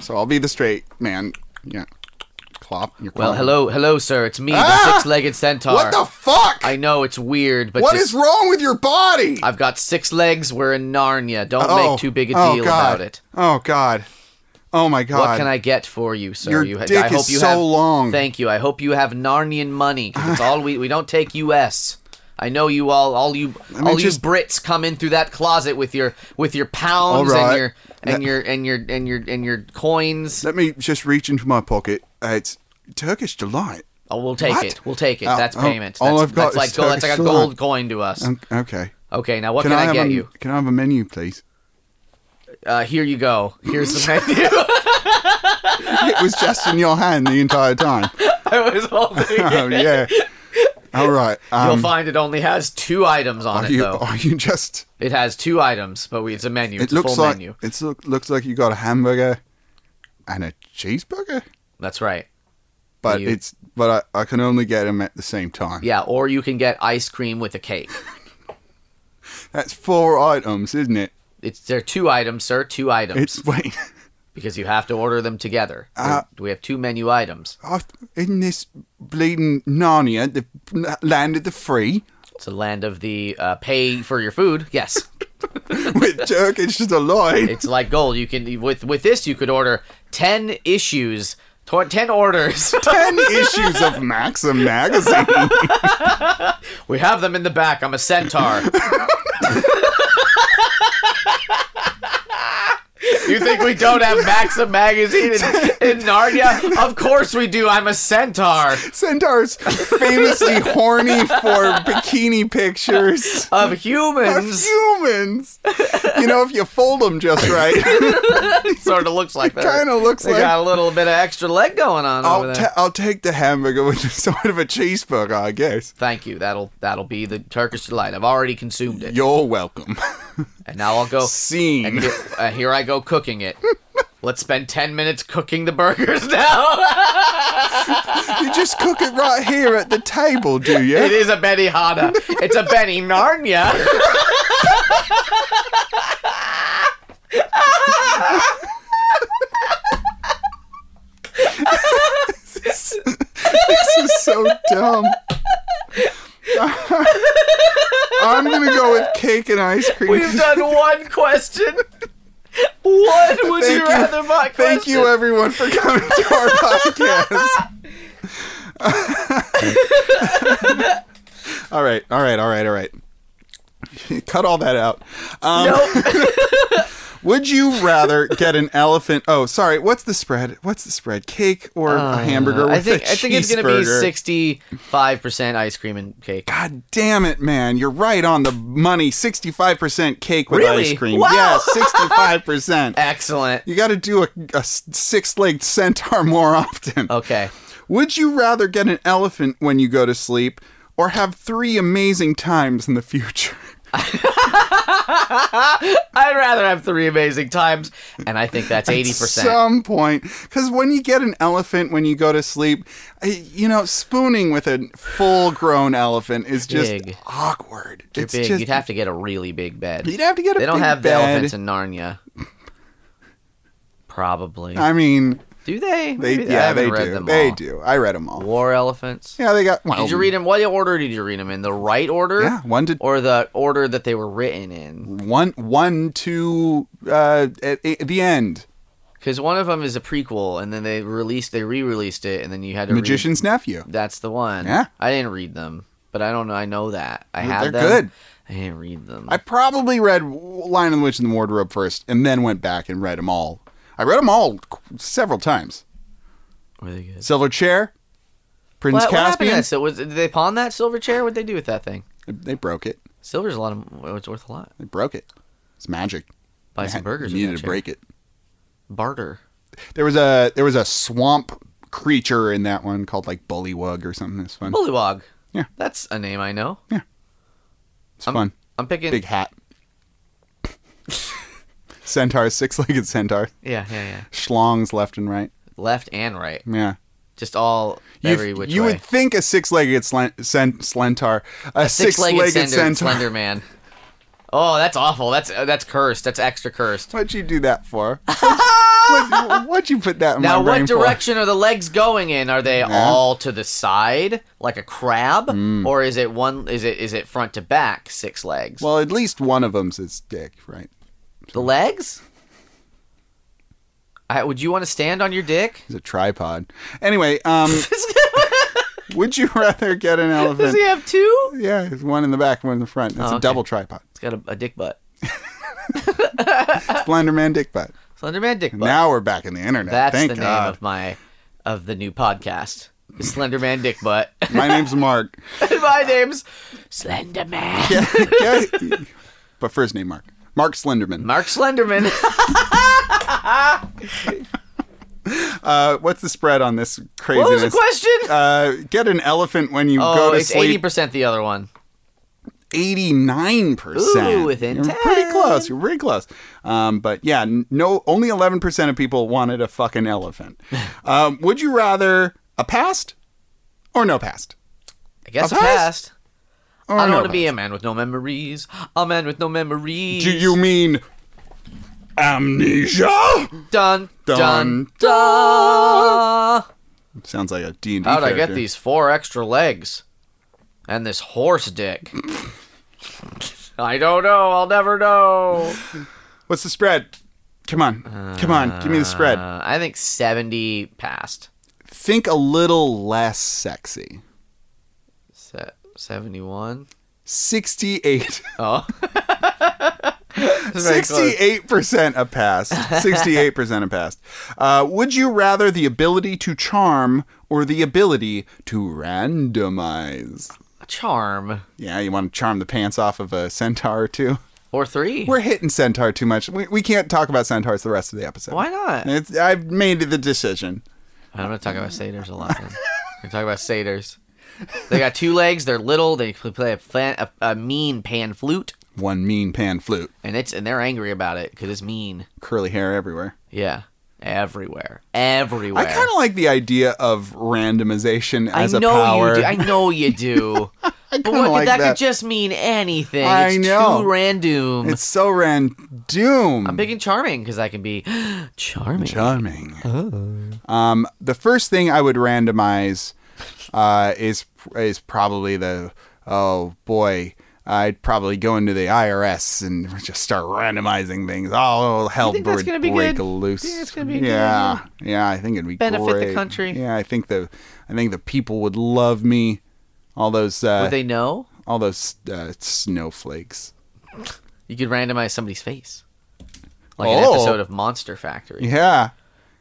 Speaker 1: So I'll be the straight man. Yeah. Clop. You're
Speaker 2: well
Speaker 1: clopping.
Speaker 2: hello hello sir it's me
Speaker 1: Oh. Ah!
Speaker 2: the six-legged centaur
Speaker 1: What the fuck?
Speaker 2: i know it's weird but
Speaker 1: what
Speaker 2: just
Speaker 1: is wrong with your body?
Speaker 2: I've got six legs. We're in Narnia. Don't
Speaker 1: Oh.
Speaker 2: make too big a
Speaker 1: Oh,
Speaker 2: deal
Speaker 1: God.
Speaker 2: about it.
Speaker 1: Oh god. Oh my god.
Speaker 2: What can I get for you, sir?
Speaker 1: Your
Speaker 2: you,
Speaker 1: dick
Speaker 2: I hope
Speaker 1: is
Speaker 2: you
Speaker 1: so
Speaker 2: have,
Speaker 1: long.
Speaker 2: Thank you. I hope you have Narnian money. 'cause it's all we we don't take U.S. I know you all, all you,
Speaker 1: mean,
Speaker 2: all
Speaker 1: just-
Speaker 2: you Brits come in through that closet with your with your pounds
Speaker 1: All right.
Speaker 2: and your and your and your and your and your coins.
Speaker 1: Let me just reach into my pocket. Uh, it's Turkish delight.
Speaker 2: Oh, we'll take
Speaker 1: What?
Speaker 2: it. We'll take it.
Speaker 1: Oh,
Speaker 2: that's
Speaker 1: oh,
Speaker 2: payment.
Speaker 1: all
Speaker 2: that's,
Speaker 1: I've got
Speaker 2: that's like
Speaker 1: is
Speaker 2: gold, that's like a
Speaker 1: Turkish lira.
Speaker 2: gold coin to us.
Speaker 1: Um, okay.
Speaker 2: okay, now what can, I,
Speaker 1: have
Speaker 2: get
Speaker 1: a,
Speaker 2: you?
Speaker 1: Can I have a menu, please?
Speaker 2: Uh, here you go.
Speaker 1: *laughs*
Speaker 2: Here's the menu. *laughs*
Speaker 1: It was just in your hand the entire
Speaker 2: *laughs*
Speaker 1: time.
Speaker 2: I was hoping
Speaker 1: Oh yeah. All right.
Speaker 2: you'll
Speaker 1: *laughs* Um,
Speaker 2: find it only has two items on
Speaker 1: are
Speaker 2: it
Speaker 1: you
Speaker 2: though.
Speaker 1: are you just?
Speaker 2: It has two items, but we, it's a menu.
Speaker 1: It
Speaker 2: It's a
Speaker 1: looks
Speaker 2: full
Speaker 1: like
Speaker 2: menu.
Speaker 1: it look, looks like you got a hamburger and a cheeseburger,
Speaker 2: That's right.
Speaker 1: but
Speaker 2: You-
Speaker 1: it's but I, I can only get them at the same time.
Speaker 2: Yeah, or you can get ice cream with a cake.
Speaker 1: That's four items, isn't it?
Speaker 2: It's there are two items, sir. Two items
Speaker 1: It's wait. *laughs*
Speaker 2: because you have to order them together.
Speaker 1: Uh,
Speaker 2: we we have two menu items.
Speaker 1: I've, in this bleeding Narnia, the land of the
Speaker 2: *laughs*
Speaker 1: free,
Speaker 2: It's a land of the uh, pay for your food.
Speaker 1: *laughs*
Speaker 2: Yes.
Speaker 1: with Turkish delight.
Speaker 2: It's like gold. You can with with this you could order ten issues, tor-
Speaker 1: *laughs*
Speaker 2: ten orders.
Speaker 1: *laughs* Ten issues of Maxim
Speaker 2: *laughs*
Speaker 1: magazine.
Speaker 2: we have them in the back. I'm
Speaker 1: *laughs*
Speaker 2: a centaur. you think we don't have Maxim magazine in, in
Speaker 1: *laughs*
Speaker 2: Narnia? Of course we do. I'm a centaur.
Speaker 1: Centaurs famously horny for bikini pictures *laughs*
Speaker 2: Of
Speaker 1: of
Speaker 2: humans,
Speaker 1: humans. You know, if you fold them
Speaker 2: *laughs*
Speaker 1: just right,
Speaker 2: sort of looks like that.
Speaker 1: kinda looks
Speaker 2: they
Speaker 1: like-
Speaker 2: got a little bit of extra leg going on over
Speaker 1: I'll,
Speaker 2: there.
Speaker 1: ta- I'll take the hamburger with *laughs* sort of a cheeseburger, I guess.
Speaker 2: Thank you. That'll that'll be the Turkish delight. I've already consumed it,
Speaker 1: You're welcome.
Speaker 2: and now
Speaker 1: *laughs*
Speaker 2: I'll go.
Speaker 1: Scene.
Speaker 2: And here, uh, here I go
Speaker 1: *laughs*
Speaker 2: cooking it. Let's spend 10 minutes cooking the burgers *laughs* now.
Speaker 1: You just cook it right here at the table, do you?
Speaker 2: it is a Benihana. It's a Benny
Speaker 1: *laughs*
Speaker 2: Narnia.
Speaker 1: This is so dumb. *laughs* I'm gonna go with cake and ice cream.
Speaker 2: We've done one question. What would
Speaker 1: Thank
Speaker 2: you
Speaker 1: you.
Speaker 2: rather my
Speaker 1: Thank
Speaker 2: question?
Speaker 1: you, everyone, for coming to our podcast. *laughs* all right, all right, all right, all right. Cut all that out. Um,
Speaker 2: Nope.
Speaker 1: Would you rather get an elephant? Oh, sorry. What's the spread? What's the spread? Cake or *laughs* a hamburger with
Speaker 2: Uh, I think,
Speaker 1: a
Speaker 2: I think it's going to be
Speaker 1: cheeseburger?
Speaker 2: 65% ice cream and cake.
Speaker 1: God damn it, man. You're right on the money. 65% cake with
Speaker 2: Really?
Speaker 1: ice cream.
Speaker 2: Wow.
Speaker 1: Yeah,
Speaker 2: *laughs*
Speaker 1: 65%.
Speaker 2: Excellent.
Speaker 1: you got to do a, a six legged centaur more *laughs* often.
Speaker 2: Okay.
Speaker 1: Would you rather get an elephant when you go to sleep or have three amazing times in the future? *laughs*
Speaker 2: I'd rather have three amazing times, and I think that's 80%.
Speaker 1: Some point. Because when you get an elephant when you go to sleep, I- you know, spooning with a full grown elephant is just
Speaker 2: Big.
Speaker 1: awkward. it's
Speaker 2: big.
Speaker 1: just.
Speaker 2: You'd have to get a really big bed.
Speaker 1: you'd have to get a
Speaker 2: They don't
Speaker 1: big
Speaker 2: have the
Speaker 1: bed.
Speaker 2: elephants
Speaker 1: *laughs*
Speaker 2: in Narnia. Probably.
Speaker 1: I mean,
Speaker 2: do they?
Speaker 1: They,
Speaker 2: Maybe- I
Speaker 1: yeah,
Speaker 2: haven't
Speaker 1: they
Speaker 2: read
Speaker 1: do.
Speaker 2: them
Speaker 1: they
Speaker 2: all.
Speaker 1: do. I read them all.
Speaker 2: War elephants.
Speaker 1: Yeah, they got. Well,
Speaker 2: Did you read them? What order did you read them in? The right order?
Speaker 1: Yeah, one to
Speaker 2: Or the order that they were written in?
Speaker 1: one, one to uh, at, at the end.
Speaker 2: Because one of them is a prequel, and then they released, they re-released it, and then you had to. read-
Speaker 1: Magician's nephew.
Speaker 2: That's the one.
Speaker 1: Yeah.
Speaker 2: I didn't read them, but I don't know. I know that I had
Speaker 1: they're
Speaker 2: them.
Speaker 1: good.
Speaker 2: I didn't read them.
Speaker 1: I probably read Lion and the Witch in the Wardrobe first, and then went back and read them all. I read them all qu- several times.
Speaker 2: were they good?
Speaker 1: Silver Chair, Prince
Speaker 2: what, what happened to
Speaker 1: Caspian.
Speaker 2: that? So was did they pawn that silver chair? What'd they do with that thing?
Speaker 1: They broke it.
Speaker 2: Silver's a lot of. It's worth a lot.
Speaker 1: They broke it. It's magic.
Speaker 2: Buy
Speaker 1: They
Speaker 2: some
Speaker 1: had-
Speaker 2: burgers.
Speaker 1: they
Speaker 2: with
Speaker 1: Needed
Speaker 2: that
Speaker 1: to
Speaker 2: chair.
Speaker 1: break it.
Speaker 2: barter.
Speaker 1: There was a there was a swamp creature in that one called like Bullywug or something. It's fun.
Speaker 2: Bullywog.
Speaker 1: Yeah.
Speaker 2: That's a name I know.
Speaker 1: It's fun.
Speaker 2: I'm picking.
Speaker 1: big hat. centaur, six-legged centaur,
Speaker 2: Yeah, yeah, yeah.
Speaker 1: schlongs left and right.
Speaker 2: Left and right.
Speaker 1: Yeah,
Speaker 2: Just all
Speaker 1: you
Speaker 2: every which
Speaker 1: you
Speaker 2: way.
Speaker 1: would think a six-legged slen- cen- slentar, a,
Speaker 2: Six-legged
Speaker 1: six-legged,
Speaker 2: slender,
Speaker 1: centaur.
Speaker 2: slender man. Oh, that's awful. That's uh, that's cursed. That's extra
Speaker 1: *laughs*
Speaker 2: cursed.
Speaker 1: What'd you do that
Speaker 2: *laughs*
Speaker 1: for? what, would you put that in
Speaker 2: Now,
Speaker 1: my brain
Speaker 2: what direction are the legs going in? Are they all to the side, like a crab,
Speaker 1: Mm.
Speaker 2: or is it one? Is it is it front to back, six legs?
Speaker 1: for? Well, at least one of them's his dick, right?
Speaker 2: the legs. I, would you want to stand on your dick? *laughs*
Speaker 1: It's a tripod. Anyway, um, would you rather get an elephant?
Speaker 2: Does he have two?
Speaker 1: Yeah, there's one in the back, one in the front. It's
Speaker 2: okay.
Speaker 1: a double tripod.
Speaker 2: It's got a, a dick butt. *laughs*
Speaker 1: Slender Man Dick Butt.
Speaker 2: Slenderman dick butt.
Speaker 1: Now we're back in the internet.
Speaker 2: That's
Speaker 1: Thank
Speaker 2: the name
Speaker 1: God.
Speaker 2: of my of the new podcast. Slenderman dick butt. *laughs*
Speaker 1: My name's Mark.
Speaker 2: my name's Slenderman.
Speaker 1: Yeah,
Speaker 2: *laughs*
Speaker 1: yeah. But first name Mark. Mark Slenderman.
Speaker 2: Mark Slenderman. *laughs*
Speaker 1: Uh, what's the spread on this
Speaker 2: what was the
Speaker 1: craziness?
Speaker 2: question?
Speaker 1: Uh, get an elephant when you go
Speaker 2: oh,
Speaker 1: to
Speaker 2: it's eighty
Speaker 1: sleep.
Speaker 2: percent the other one.
Speaker 1: 89%.
Speaker 2: Ooh, within
Speaker 1: You're pretty
Speaker 2: 10.
Speaker 1: close. You're pretty close. Um, but yeah, n- no, only 11% of people wanted a fucking
Speaker 2: *laughs*
Speaker 1: elephant. um, would you rather a past or no past?
Speaker 2: I guess
Speaker 1: A
Speaker 2: a
Speaker 1: pass?
Speaker 2: past.
Speaker 1: Or
Speaker 2: I don't
Speaker 1: no
Speaker 2: want to be
Speaker 1: past?
Speaker 2: a man with no memories. A man with no memories.
Speaker 1: Do you mean amnesia?
Speaker 2: Dun dun
Speaker 1: Dun,
Speaker 2: dun. How
Speaker 1: Sounds like a D&D
Speaker 2: would I get
Speaker 1: character.
Speaker 2: these four extra legs and this
Speaker 1: *laughs*
Speaker 2: horse dick? I don't know. I'll never know.
Speaker 1: What's the spread? Come on. Come on. Give me the spread.
Speaker 2: Uh, I think seventy past.
Speaker 1: Think a little less sexy.
Speaker 2: Se- Seventy-one.
Speaker 1: 68. *laughs*
Speaker 2: Oh. Very close.
Speaker 1: 68% a past. 68% a past. Uh, would you rather the ability to charm or the ability to randomize?
Speaker 2: Charm.
Speaker 1: Yeah, you want to charm the pants off of a centaur or two?
Speaker 2: Or 3
Speaker 1: We're hitting centaur too much. We, we can't talk about centaurs the rest of the episode.
Speaker 2: Why
Speaker 1: *laughs*
Speaker 2: not?
Speaker 1: It's, I've made the decision.
Speaker 2: I'm gonna talk about satyrs a lot. Then. I'm gonna talk about satyrs. They got two legs. They're little. They pl- play a, fan, a, a mean pan flute,
Speaker 1: One mean pan flute.
Speaker 2: and it's and they're angry about it because it's mean.
Speaker 1: Curly hair everywhere.
Speaker 2: Yeah, everywhere, everywhere.
Speaker 1: I kind of like the idea of randomization
Speaker 2: I
Speaker 1: as a
Speaker 2: know
Speaker 1: power.
Speaker 2: you do. I know
Speaker 1: *laughs*
Speaker 2: you do. but
Speaker 1: kinda
Speaker 2: what,
Speaker 1: like
Speaker 2: that,
Speaker 1: that.
Speaker 2: could just mean anything.
Speaker 1: I
Speaker 2: it's
Speaker 1: know.
Speaker 2: Too random.
Speaker 1: it's um, so random.
Speaker 2: I'm big and charming because I can be *gasps* charming.
Speaker 1: Charming. Um, the first thing I would randomize uh, is is probably the oh boy. I'd probably go into the IRS and just start randomizing things. Oh, hell
Speaker 2: think that's
Speaker 1: would
Speaker 2: gonna be
Speaker 1: break
Speaker 2: good?
Speaker 1: loose.
Speaker 2: You think it's gonna be a good
Speaker 1: yeah, yeah. I think it'd be
Speaker 2: Benefit the
Speaker 1: great.
Speaker 2: country.
Speaker 1: Yeah, I think the I think the people would love me. All those uh,
Speaker 2: Would they know?
Speaker 1: all those uh, snowflakes.
Speaker 2: You could randomize somebody's face, like an
Speaker 1: Oh.
Speaker 2: episode of Monster Factory.
Speaker 1: Yeah,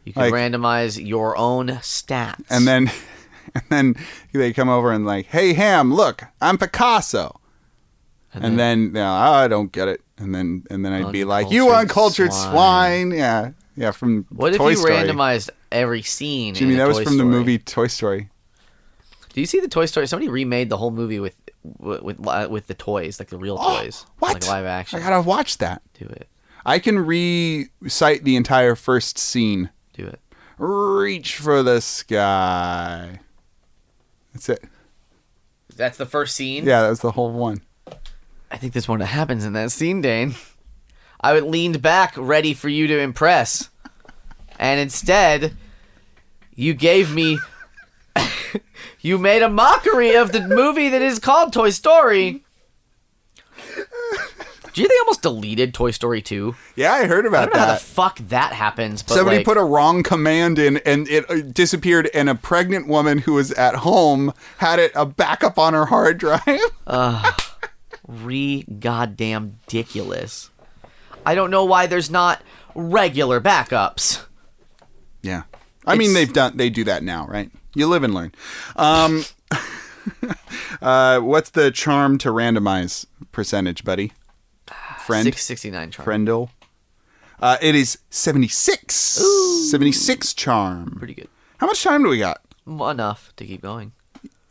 Speaker 2: You could
Speaker 1: Like-
Speaker 2: randomize your own stats.
Speaker 1: and then *laughs* and then they come over and like, hey Ham, look, I'm Picasso. And, then, you know, "Oh, I don't get it. And then and then I'd be like, you
Speaker 2: Uncultured
Speaker 1: uncultured swine. Yeah, yeah, from
Speaker 2: what if
Speaker 1: Toy
Speaker 2: you
Speaker 1: Story.
Speaker 2: randomized every scene?
Speaker 1: Jimmy,
Speaker 2: in a
Speaker 1: that was
Speaker 2: Toy
Speaker 1: from the
Speaker 2: Story?
Speaker 1: movie Toy Story.
Speaker 2: Do you see the Toy Story? Somebody remade the whole movie with with with, li- with the toys, like the real toys,
Speaker 1: Oh, what?
Speaker 2: like live action.
Speaker 1: I gotta watch that.
Speaker 2: do it,
Speaker 1: I can recite the entire first scene.
Speaker 2: do it.
Speaker 1: Reach for the sky. That's it.
Speaker 2: That's the first scene.
Speaker 1: Yeah, that was the whole one.
Speaker 2: I think that's one that happens in that scene, Dane. I would leaned back, ready for you to impress, and instead, you gave me. *laughs* you made a mockery of the movie that is called
Speaker 1: *laughs*
Speaker 2: Toy Story. Do you think they almost deleted Toy Story 2?
Speaker 1: Yeah, I heard about
Speaker 2: I don't know
Speaker 1: that.
Speaker 2: how the fuck that happens, but
Speaker 1: Somebody
Speaker 2: like,
Speaker 1: put a wrong command in and it uh, disappeared, and a pregnant woman who was at home had it a backup on her hard drive. *laughs*
Speaker 2: re goddamn ridiculous. I don't know why there's not regular backups.
Speaker 1: Yeah. I mean,
Speaker 2: It's-
Speaker 1: they've done, they do that now, right? You live and learn. Um, *laughs* uh, what's the charm to randomize percentage,
Speaker 2: *sighs*
Speaker 1: buddy? Friend?
Speaker 2: 669 charm.
Speaker 1: Friendle? Uh, it is 76. 76 charm.
Speaker 2: Pretty good.
Speaker 1: How much time do we got?
Speaker 2: Enough to keep going.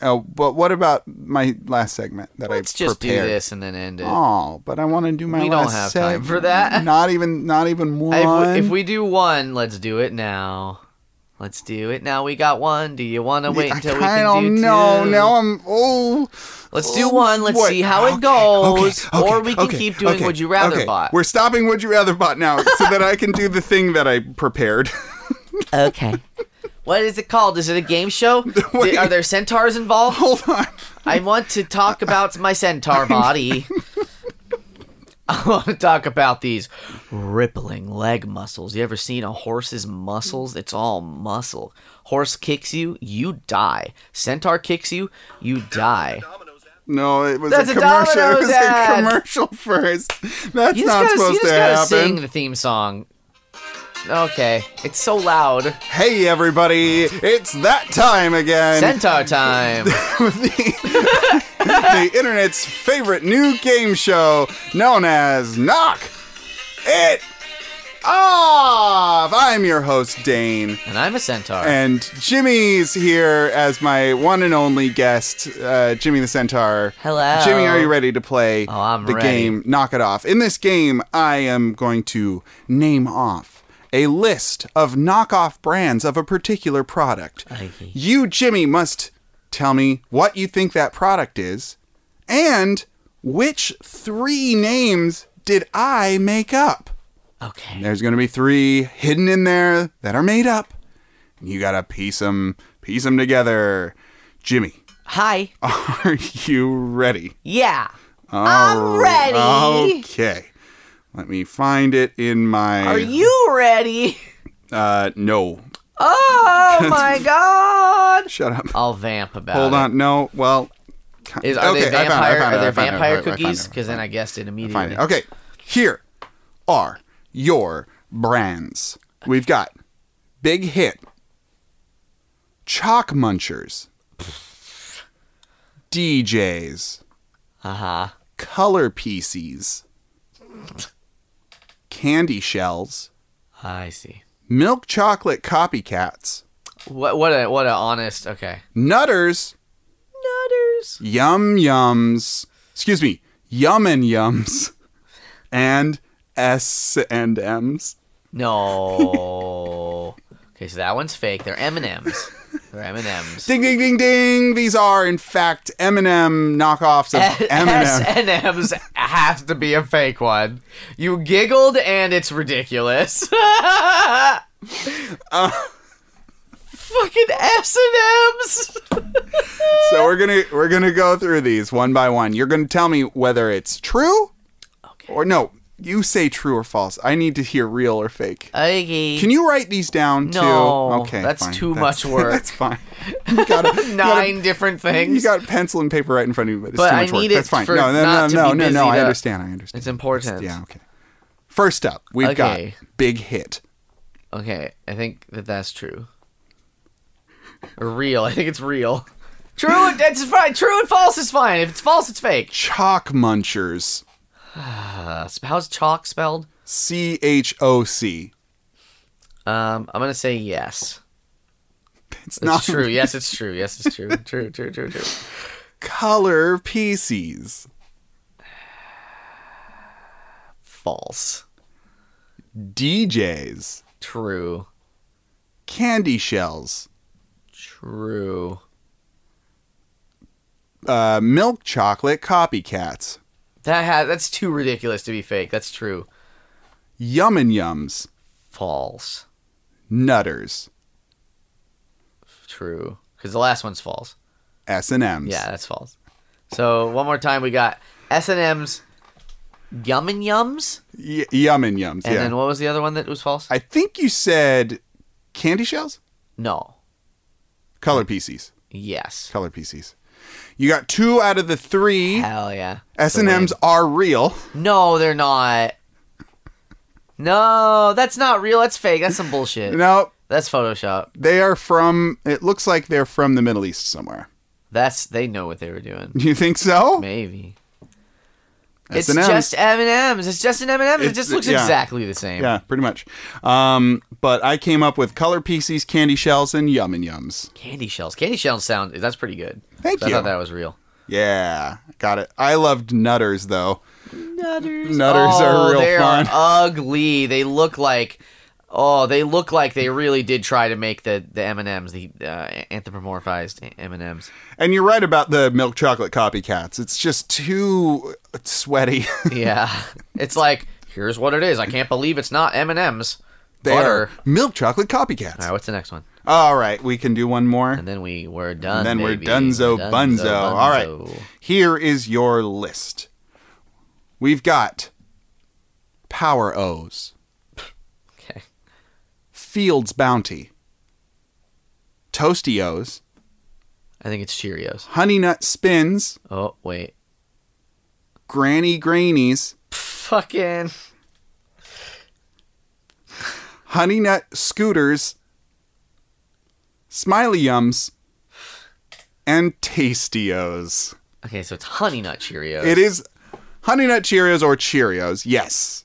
Speaker 1: Oh, but what about my last segment that I
Speaker 2: Let's just
Speaker 1: prepared?
Speaker 2: do this and then end it.
Speaker 1: Oh, but I want to do my.
Speaker 2: We don't
Speaker 1: last
Speaker 2: have time
Speaker 1: segment.
Speaker 2: for
Speaker 1: *laughs*
Speaker 2: that.
Speaker 1: Not even, not even one.
Speaker 2: *laughs* if, we, if we do one, let's do it now. Let's do it now. We got one. Do you want to wait
Speaker 1: I
Speaker 2: until we
Speaker 1: kinda
Speaker 2: can do two?
Speaker 1: know. Now I'm oh.
Speaker 2: Let's do one. Let's
Speaker 1: What?
Speaker 2: see how
Speaker 1: Okay,
Speaker 2: it goes,
Speaker 1: okay, okay,
Speaker 2: or we can
Speaker 1: okay,
Speaker 2: keep doing
Speaker 1: okay,
Speaker 2: Would You Rather
Speaker 1: okay.
Speaker 2: bot.
Speaker 1: We're stopping Would You Rather bot
Speaker 2: *laughs*
Speaker 1: now, so that I can do the thing that I prepared. *laughs*
Speaker 2: Okay. *laughs* what is it called? Is it a
Speaker 1: *laughs*
Speaker 2: game show? Did, are there centaurs involved?
Speaker 1: Hold on.
Speaker 2: I want to talk about my centaur body. *laughs* I want to talk about these rippling leg muscles. You ever seen a horse's muscles? It's all muscle. Horse kicks you, you die. Centaur kicks you, you die.
Speaker 1: No, it was
Speaker 2: That's
Speaker 1: a
Speaker 2: a
Speaker 1: commercial. *laughs* it was
Speaker 2: Domino's ad.
Speaker 1: a commercial first. That's not
Speaker 2: You just gotta, you
Speaker 1: supposed
Speaker 2: just
Speaker 1: to
Speaker 2: gotta
Speaker 1: happen.
Speaker 2: sing the theme song. Okay, it's so loud.
Speaker 1: Hey everybody, it's that time again. *laughs*
Speaker 2: Centaur time.
Speaker 1: with the, the internet's favorite new game show known as Knock It Off. I'm your host, Dane.
Speaker 2: and I'm a centaur.
Speaker 1: And Jimmy's here as my one and only guest, uh, Jimmy the Centaur.
Speaker 2: Hello.
Speaker 1: Jimmy, are you ready to play
Speaker 2: Oh, I'm
Speaker 1: the
Speaker 2: ready.
Speaker 1: game Knock It Off? In this game, I am going to name off a list of knockoff brands of a particular product.
Speaker 2: Aye.
Speaker 1: You, Jimmy, must tell me what you think that product is and which three names did I make up.
Speaker 2: okay.
Speaker 1: There's going to be three hidden in there that are made up. And you got to piece them, piece them together. Jimmy, *laughs*
Speaker 2: Hi.
Speaker 1: are you ready?
Speaker 2: Yeah. I'm ready.
Speaker 1: Okay. Let me find it in my.
Speaker 2: Are you ready?
Speaker 1: Uh, no. *laughs*
Speaker 2: Oh my god.
Speaker 1: Shut up.
Speaker 2: I'll vamp about
Speaker 1: Hold
Speaker 2: it.
Speaker 1: on. No. Well. ki-
Speaker 2: Is, are they
Speaker 1: I found it, I
Speaker 2: vampire?
Speaker 1: found it,
Speaker 2: Are
Speaker 1: I
Speaker 2: there
Speaker 1: found it, I found it,
Speaker 2: vampire
Speaker 1: I found
Speaker 2: cookies?
Speaker 1: it, I
Speaker 2: Because then I guessed it immediately.
Speaker 1: found it. Okay. Here are your brands. We've got Big Hit, Chalk Munchers, DJs,
Speaker 2: Uh huh.
Speaker 1: Color Pieces, Candy Shells,
Speaker 2: I see.
Speaker 1: Milk Chocolate Copycats,
Speaker 2: What? What? A, what? A honest. Okay.
Speaker 1: Nutters,
Speaker 2: Nutters.
Speaker 1: Yum Yums, excuse me, Yum and Yums, *laughs* and S and M's.
Speaker 2: No. okay, so that one's fake. They're M and M's. They're M
Speaker 1: *laughs*
Speaker 2: and M's.
Speaker 1: Ding ding ding ding. These are in fact M&M knockoffs of
Speaker 2: *laughs* S
Speaker 1: M&M.
Speaker 2: and M's has to be a fake one. You giggled, and
Speaker 1: *laughs*
Speaker 2: it's ridiculous.
Speaker 1: Uh.
Speaker 2: Fucking S and M's.
Speaker 1: So we're going to we're going to go through these one by one. You're going to tell me whether it's true
Speaker 2: Okay.
Speaker 1: or no. You say true or false. I need to hear real or fake. *laughs*
Speaker 2: Okay.
Speaker 1: Can you write these down too?
Speaker 2: No,
Speaker 1: Okay.
Speaker 2: that's
Speaker 1: fine.
Speaker 2: too
Speaker 1: That's-
Speaker 2: much
Speaker 1: *laughs*
Speaker 2: work.
Speaker 1: That's fine. You
Speaker 2: *laughs*
Speaker 1: gotta, you gotta
Speaker 2: 9 different
Speaker 1: You
Speaker 2: things.
Speaker 1: got pencil and paper right in front of you, but it's
Speaker 2: But
Speaker 1: too
Speaker 2: I
Speaker 1: much work.
Speaker 2: need it
Speaker 1: That's fine.
Speaker 2: for
Speaker 1: no, no,
Speaker 2: not to
Speaker 1: no, no,
Speaker 2: be
Speaker 1: no,
Speaker 2: busy
Speaker 1: no. I
Speaker 2: to-
Speaker 1: understand. I understand.
Speaker 2: it's important.
Speaker 1: Yeah. Okay. First up, we've
Speaker 2: Okay.
Speaker 1: got big hit.
Speaker 2: Okay, I think that that's true. Or real. *laughs* I think it's real. True. and- That's fine. True and false is fine. If it's false, it's fake.
Speaker 1: Chalk munchers.
Speaker 2: Uh, how's chalk spelled?
Speaker 1: C H O C.
Speaker 2: Um, I'm gonna say yes.
Speaker 1: It's
Speaker 2: It's
Speaker 1: not
Speaker 2: true. Yes, it's true. Yes, it's true. True. True. True. True.
Speaker 1: color pieces.
Speaker 2: False.
Speaker 1: DJs.
Speaker 2: True.
Speaker 1: Candy shells.
Speaker 2: True.
Speaker 1: Uh, milk chocolate copycats.
Speaker 2: That ha- that's too ridiculous to be fake. That's true.
Speaker 1: Yum and yums.
Speaker 2: False.
Speaker 1: Nutters.
Speaker 2: True. Because the last one's false.
Speaker 1: S and M's.
Speaker 2: Yeah, that's false. So one more time, we got S and M's, Yum and Yums,
Speaker 1: Y- yum and yums.
Speaker 2: and
Speaker 1: yeah.
Speaker 2: then what was the other one that was false?
Speaker 1: I think you said candy shells.
Speaker 2: no.
Speaker 1: Color pieces.
Speaker 2: Yes.
Speaker 1: color PCs. You got two out of the three.
Speaker 2: Hell yeah.
Speaker 1: S and M's are real.
Speaker 2: No, they're not. No, that's not real. That's fake. That's some
Speaker 1: *laughs*
Speaker 2: bullshit.
Speaker 1: No,
Speaker 2: That's Photoshop.
Speaker 1: they are from. It looks like they're from the Middle East somewhere. *laughs*
Speaker 2: That's they know what they were doing.
Speaker 1: You think so?
Speaker 2: Maybe.
Speaker 1: S
Speaker 2: It's
Speaker 1: and M's.
Speaker 2: just M and M's. It's just an M and M's. It
Speaker 1: It's-
Speaker 2: just looks
Speaker 1: yeah.
Speaker 2: exactly the same.
Speaker 1: Yeah, pretty much. Um, but I came up with color PCs, candy shells, and yum and yums.
Speaker 2: Candy shells. Candy shells sound. That's pretty good.
Speaker 1: Thank
Speaker 2: So
Speaker 1: you.
Speaker 2: I thought that was real.
Speaker 1: Yeah, got it. I loved Nutters though.
Speaker 2: Nutters.
Speaker 1: Nutters are real
Speaker 2: Oh, they
Speaker 1: fun.
Speaker 2: are ugly. They look like. Oh, they look like they really did try to make the the M and M's, the uh, anthropomorphized M and M's.
Speaker 1: And you're right about the milk chocolate copycats. It's just too sweaty. *laughs*
Speaker 2: Yeah, it's like here's what it is. I can't believe it's not M and M's.
Speaker 1: they
Speaker 2: Butter.
Speaker 1: are milk chocolate
Speaker 2: All
Speaker 1: copycats.
Speaker 2: right, what's the next one?
Speaker 1: All right, we can do one more.
Speaker 2: And then we were done.
Speaker 1: then we're
Speaker 2: baby.
Speaker 1: dunzo bunzo. All right.
Speaker 2: bunzo.
Speaker 1: Here is your list. We've got Power O's.
Speaker 2: Okay.
Speaker 1: Fields Bounty. Toasty O's.
Speaker 2: I think it's Cheerios.
Speaker 1: Honey Nut Spins.
Speaker 2: Oh, wait.
Speaker 1: Granny Grainies.
Speaker 2: Fucking.
Speaker 1: Honey Nut Scooters, Smiley Yums, and Tastios.
Speaker 2: Okay, so it's Honey Nut Cheerios.
Speaker 1: It is Honey Nut Cheerios or Cheerios. Yes.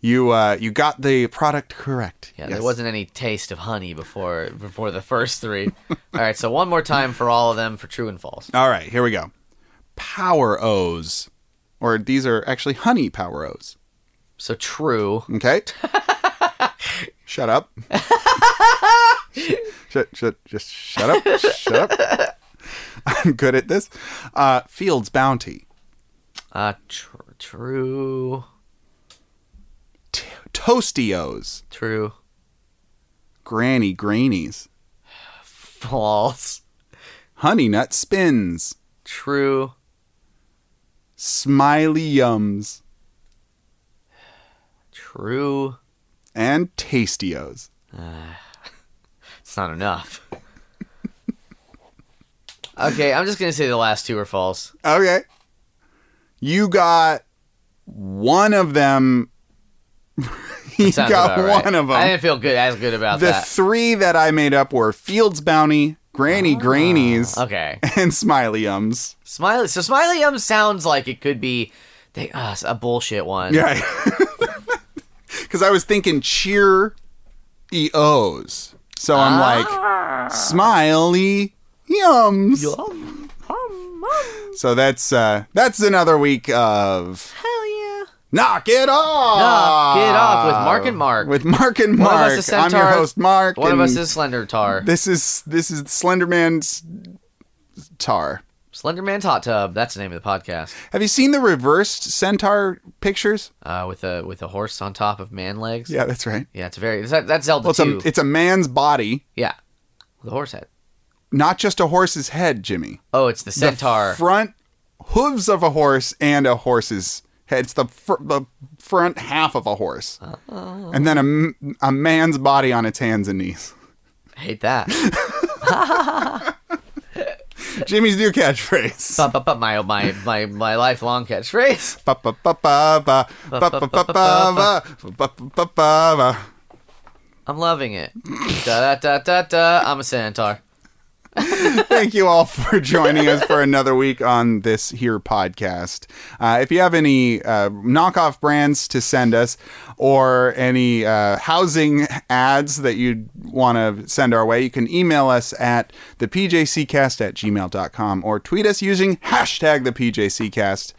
Speaker 1: You uh you got the product correct.
Speaker 2: yeah,
Speaker 1: yes.
Speaker 2: there wasn't any taste of honey before before the first three. *laughs* all right, so one more time for all of them for true and false.
Speaker 1: All right, here we go. Power O's. Or these are actually honey power O's.
Speaker 2: So true. *laughs*
Speaker 1: Okay? shut up. shut, shut, just shut up. Shut up. *laughs* I'm good at this. Uh, Fields Bounty.
Speaker 2: Uh, tr- true.
Speaker 1: T- Toastios.
Speaker 2: True.
Speaker 1: Granny Grainies,
Speaker 2: False.
Speaker 1: Honey Nut Spins,
Speaker 2: True.
Speaker 1: Smiley Yums,
Speaker 2: True.
Speaker 1: and Tastios.
Speaker 2: It's
Speaker 1: *laughs*
Speaker 2: not enough. okay, I'm just gonna say the last two are false.
Speaker 1: Okay. You got one of them. *laughs* *laughs* you
Speaker 2: Sounds
Speaker 1: got
Speaker 2: about right.
Speaker 1: one of
Speaker 2: I
Speaker 1: them.
Speaker 2: didn't feel good as good about
Speaker 1: The
Speaker 2: that.
Speaker 1: three that I made up were Fields Bounty, Granny Grainies,
Speaker 2: Ah, Okay.
Speaker 1: and Smiley Yums.
Speaker 2: Smiley. So Smiley Yum sounds like it could be they uh, a bullshit one.
Speaker 1: Yeah. *laughs* Because I was thinking cheer EOs. So I'm
Speaker 2: Ah.
Speaker 1: like, Smiley Yums.
Speaker 2: Yum. Hum, hum.
Speaker 1: So that's uh that's another week of
Speaker 2: Hell yeah.
Speaker 1: Knock It Off.
Speaker 2: Knock It Off with Mark and Mark.
Speaker 1: With Mark and
Speaker 2: One
Speaker 1: Mark.
Speaker 2: of us is
Speaker 1: I'm your
Speaker 2: Centaur,
Speaker 1: host Mark.
Speaker 2: One of
Speaker 1: and
Speaker 2: us is Slender Tar.
Speaker 1: This is this is Slenderman's tar.
Speaker 2: Slenderman's Hot Tub. That's the name of the podcast.
Speaker 1: Have you seen the reversed centaur pictures?
Speaker 2: Uh, with a with a horse on top of man legs.
Speaker 1: Yeah, that's right.
Speaker 2: Yeah, it's a very that, that's Zelda
Speaker 1: Well, it's
Speaker 2: two.
Speaker 1: a, it's a man's body,
Speaker 2: yeah, the horse head.
Speaker 1: not just a horse's head, Jimmy.
Speaker 2: Oh, it's the
Speaker 1: The
Speaker 2: centaur.
Speaker 1: front hooves of a horse and a horse's head. It's the, fr- the front half of a horse.
Speaker 2: Oh.
Speaker 1: And then a, m- a man's body on its hands and knees.
Speaker 2: I hate that.
Speaker 1: Jimmy's new catchphrase.
Speaker 2: Ba, ba, ba, my my my my lifelong catchphrase.
Speaker 1: Ba, ba, ba, ba, ba, ba, ba, ba, ba, ba, ba, ba, ba, ba.
Speaker 2: I'm loving it. Da da da da da. I'm a centaur.
Speaker 1: Thank you all for joining us for another week on this here podcast. Uh, if you have any uh, knockoff brands to send us or any uh, housing ads that you want to send our way, you can email us at thepjccast at gmail.com or tweet us using hashtag thepjccast.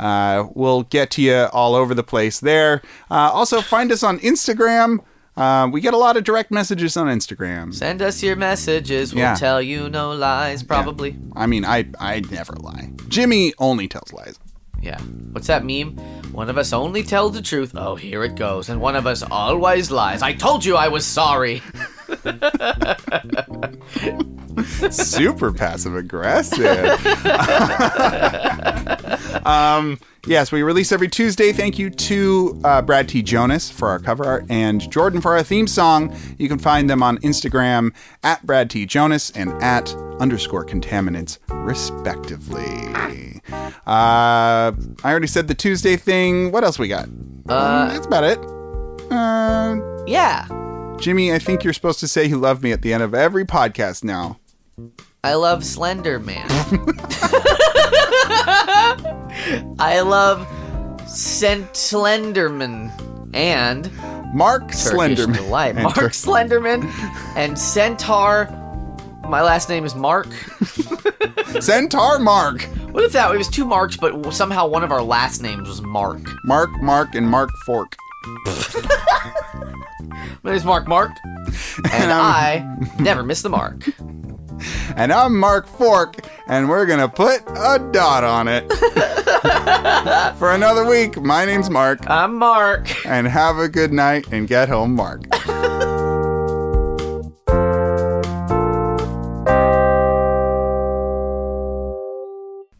Speaker 1: Uh, we'll get to you all over the place there. Uh, also, find us on Instagram. Uh, we get a lot of direct messages on Instagram.
Speaker 2: Send us your messages. We'll
Speaker 1: Yeah.
Speaker 2: tell you no lies. Probably.
Speaker 1: I mean, I I never lie. Jimmy only tells lies.
Speaker 2: Yeah. What's that meme? One of us only tells the truth. Oh, here it goes. And one of us always lies. I told you I was sorry. *laughs*
Speaker 1: Super passive aggressive. *laughs* um, yes, we release every Tuesday. Thank you to uh, Brad T. Jonas for our cover art and Jordan for our theme song. You can find them on Instagram at Brad T. Jonas and at underscore contaminants, respectively. Uh, I already said the Tuesday thing. What else we got? Uh, That's about it. Uh,
Speaker 2: Yeah.
Speaker 1: Jimmy, I think you're supposed to say you love me at the end of every podcast now.
Speaker 2: I love Slender Man. *laughs* I love Sent Slenderman and
Speaker 1: Mark
Speaker 2: Turkish
Speaker 1: Slenderman.
Speaker 2: Delight.
Speaker 1: And *laughs*
Speaker 2: Mark
Speaker 1: Tur-
Speaker 2: Slenderman and Centaur. My last name
Speaker 1: *laughs*
Speaker 2: is Mark.
Speaker 1: Centaur Mark.
Speaker 2: What if that it was two Marks, but somehow one of our last names was Mark?
Speaker 1: Mark, Mark, and Mark Fork.
Speaker 2: My name's Mark
Speaker 1: *laughs*
Speaker 2: Mark, and I never miss the mark.
Speaker 1: And I'm Mark Fork, and we're going to put a dot on
Speaker 2: *laughs*
Speaker 1: it. For another week, my name's Mark,
Speaker 2: I'm Mark.
Speaker 1: and have a good night and get home,
Speaker 2: *laughs*
Speaker 1: Mark.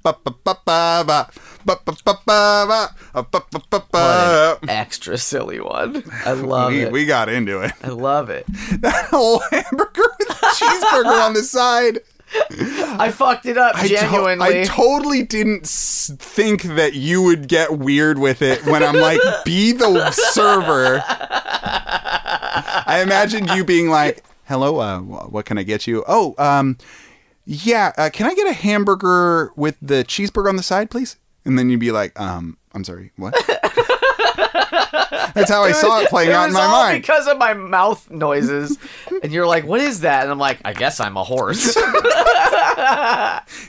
Speaker 1: Ba ba ba ba ba ba ba ba ba ba Uh, bu- bu- bu- bu- Uh,
Speaker 2: What an extra silly one. I love
Speaker 1: *laughs* we,
Speaker 2: it.
Speaker 1: we got into it. *laughs*
Speaker 2: I love it.
Speaker 1: That whole hamburger with a cheeseburger on the side.
Speaker 2: I fucked it up
Speaker 1: I to-
Speaker 2: genuinely.
Speaker 1: I totally didn't s- think that you would get weird with it when I'm like, be the server. I imagined you being like, hello, uh, wh- what can I get you? Oh, um, yeah, uh, can I get a hamburger with the cheeseburger on the side, please? And then you'd be like, um, I'm sorry,
Speaker 2: *laughs*
Speaker 1: what? That's how I saw it playing
Speaker 2: it
Speaker 1: out
Speaker 2: was
Speaker 1: in my
Speaker 2: all
Speaker 1: mind.
Speaker 2: because of my mouth noises, and you're like, "What is that?" And I'm like, "I guess I'm
Speaker 1: *laughs*
Speaker 2: a horse."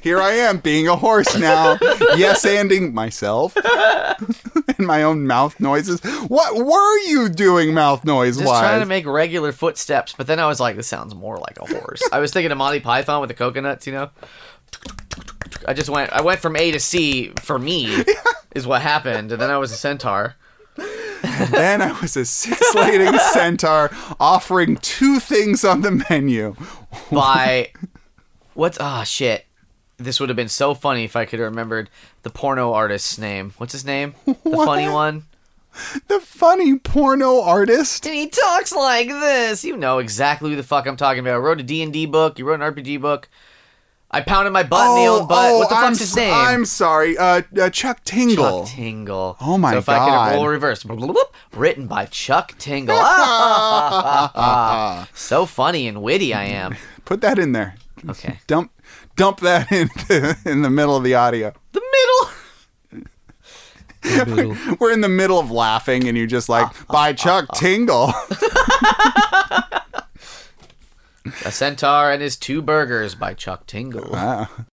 Speaker 1: Here I am being a horse now. yes, anding myself *laughs* and my own mouth noises. What were you doing mouth noise
Speaker 2: Just trying to
Speaker 1: wise?
Speaker 2: make regular footsteps, but then I was like, "This sounds more like a horse." I was thinking of Monty Python with the coconuts, you know. I just went. I went from A to C
Speaker 1: *laughs*
Speaker 2: for me, is what happened, and then I was a centaur.
Speaker 1: then I was a
Speaker 2: *laughs*
Speaker 1: six-legged centaur offering two things on the menu. *laughs*
Speaker 2: by what's ah shit. This would have been so funny if I could have remembered the porno artist's name. What's his name? The funny
Speaker 1: *laughs* What?
Speaker 2: one.
Speaker 1: The funny porno artist.
Speaker 2: And he talks like this. You know exactly who the fuck I'm talking about. I wrote a D&D book. You wrote an RPG book. I pounded my butt in the old butt. what the
Speaker 1: Oh, I'm,
Speaker 2: fuck's his
Speaker 1: s-
Speaker 2: name?
Speaker 1: I'm sorry. Uh, uh, Chuck Tingle.
Speaker 2: Chuck Tingle.
Speaker 1: Oh my
Speaker 2: so if I
Speaker 1: God.
Speaker 2: could roll reverse, *laughs* Bloop, bloop, bloop. written by Chuck Tingle.
Speaker 1: *laughs*
Speaker 2: Ah. so funny and witty I am.
Speaker 1: Put that in there.
Speaker 2: Okay.
Speaker 1: Dump, dump that *laughs* in the, in the middle of the audio.
Speaker 2: The middle.
Speaker 1: We're in the middle of laughing, and you're just like,
Speaker 2: Ah,
Speaker 1: by Chuck
Speaker 2: *laughs*
Speaker 1: Tingle.
Speaker 2: A Centaur and His Two Burgers by Chuck Tingle.
Speaker 1: Wow.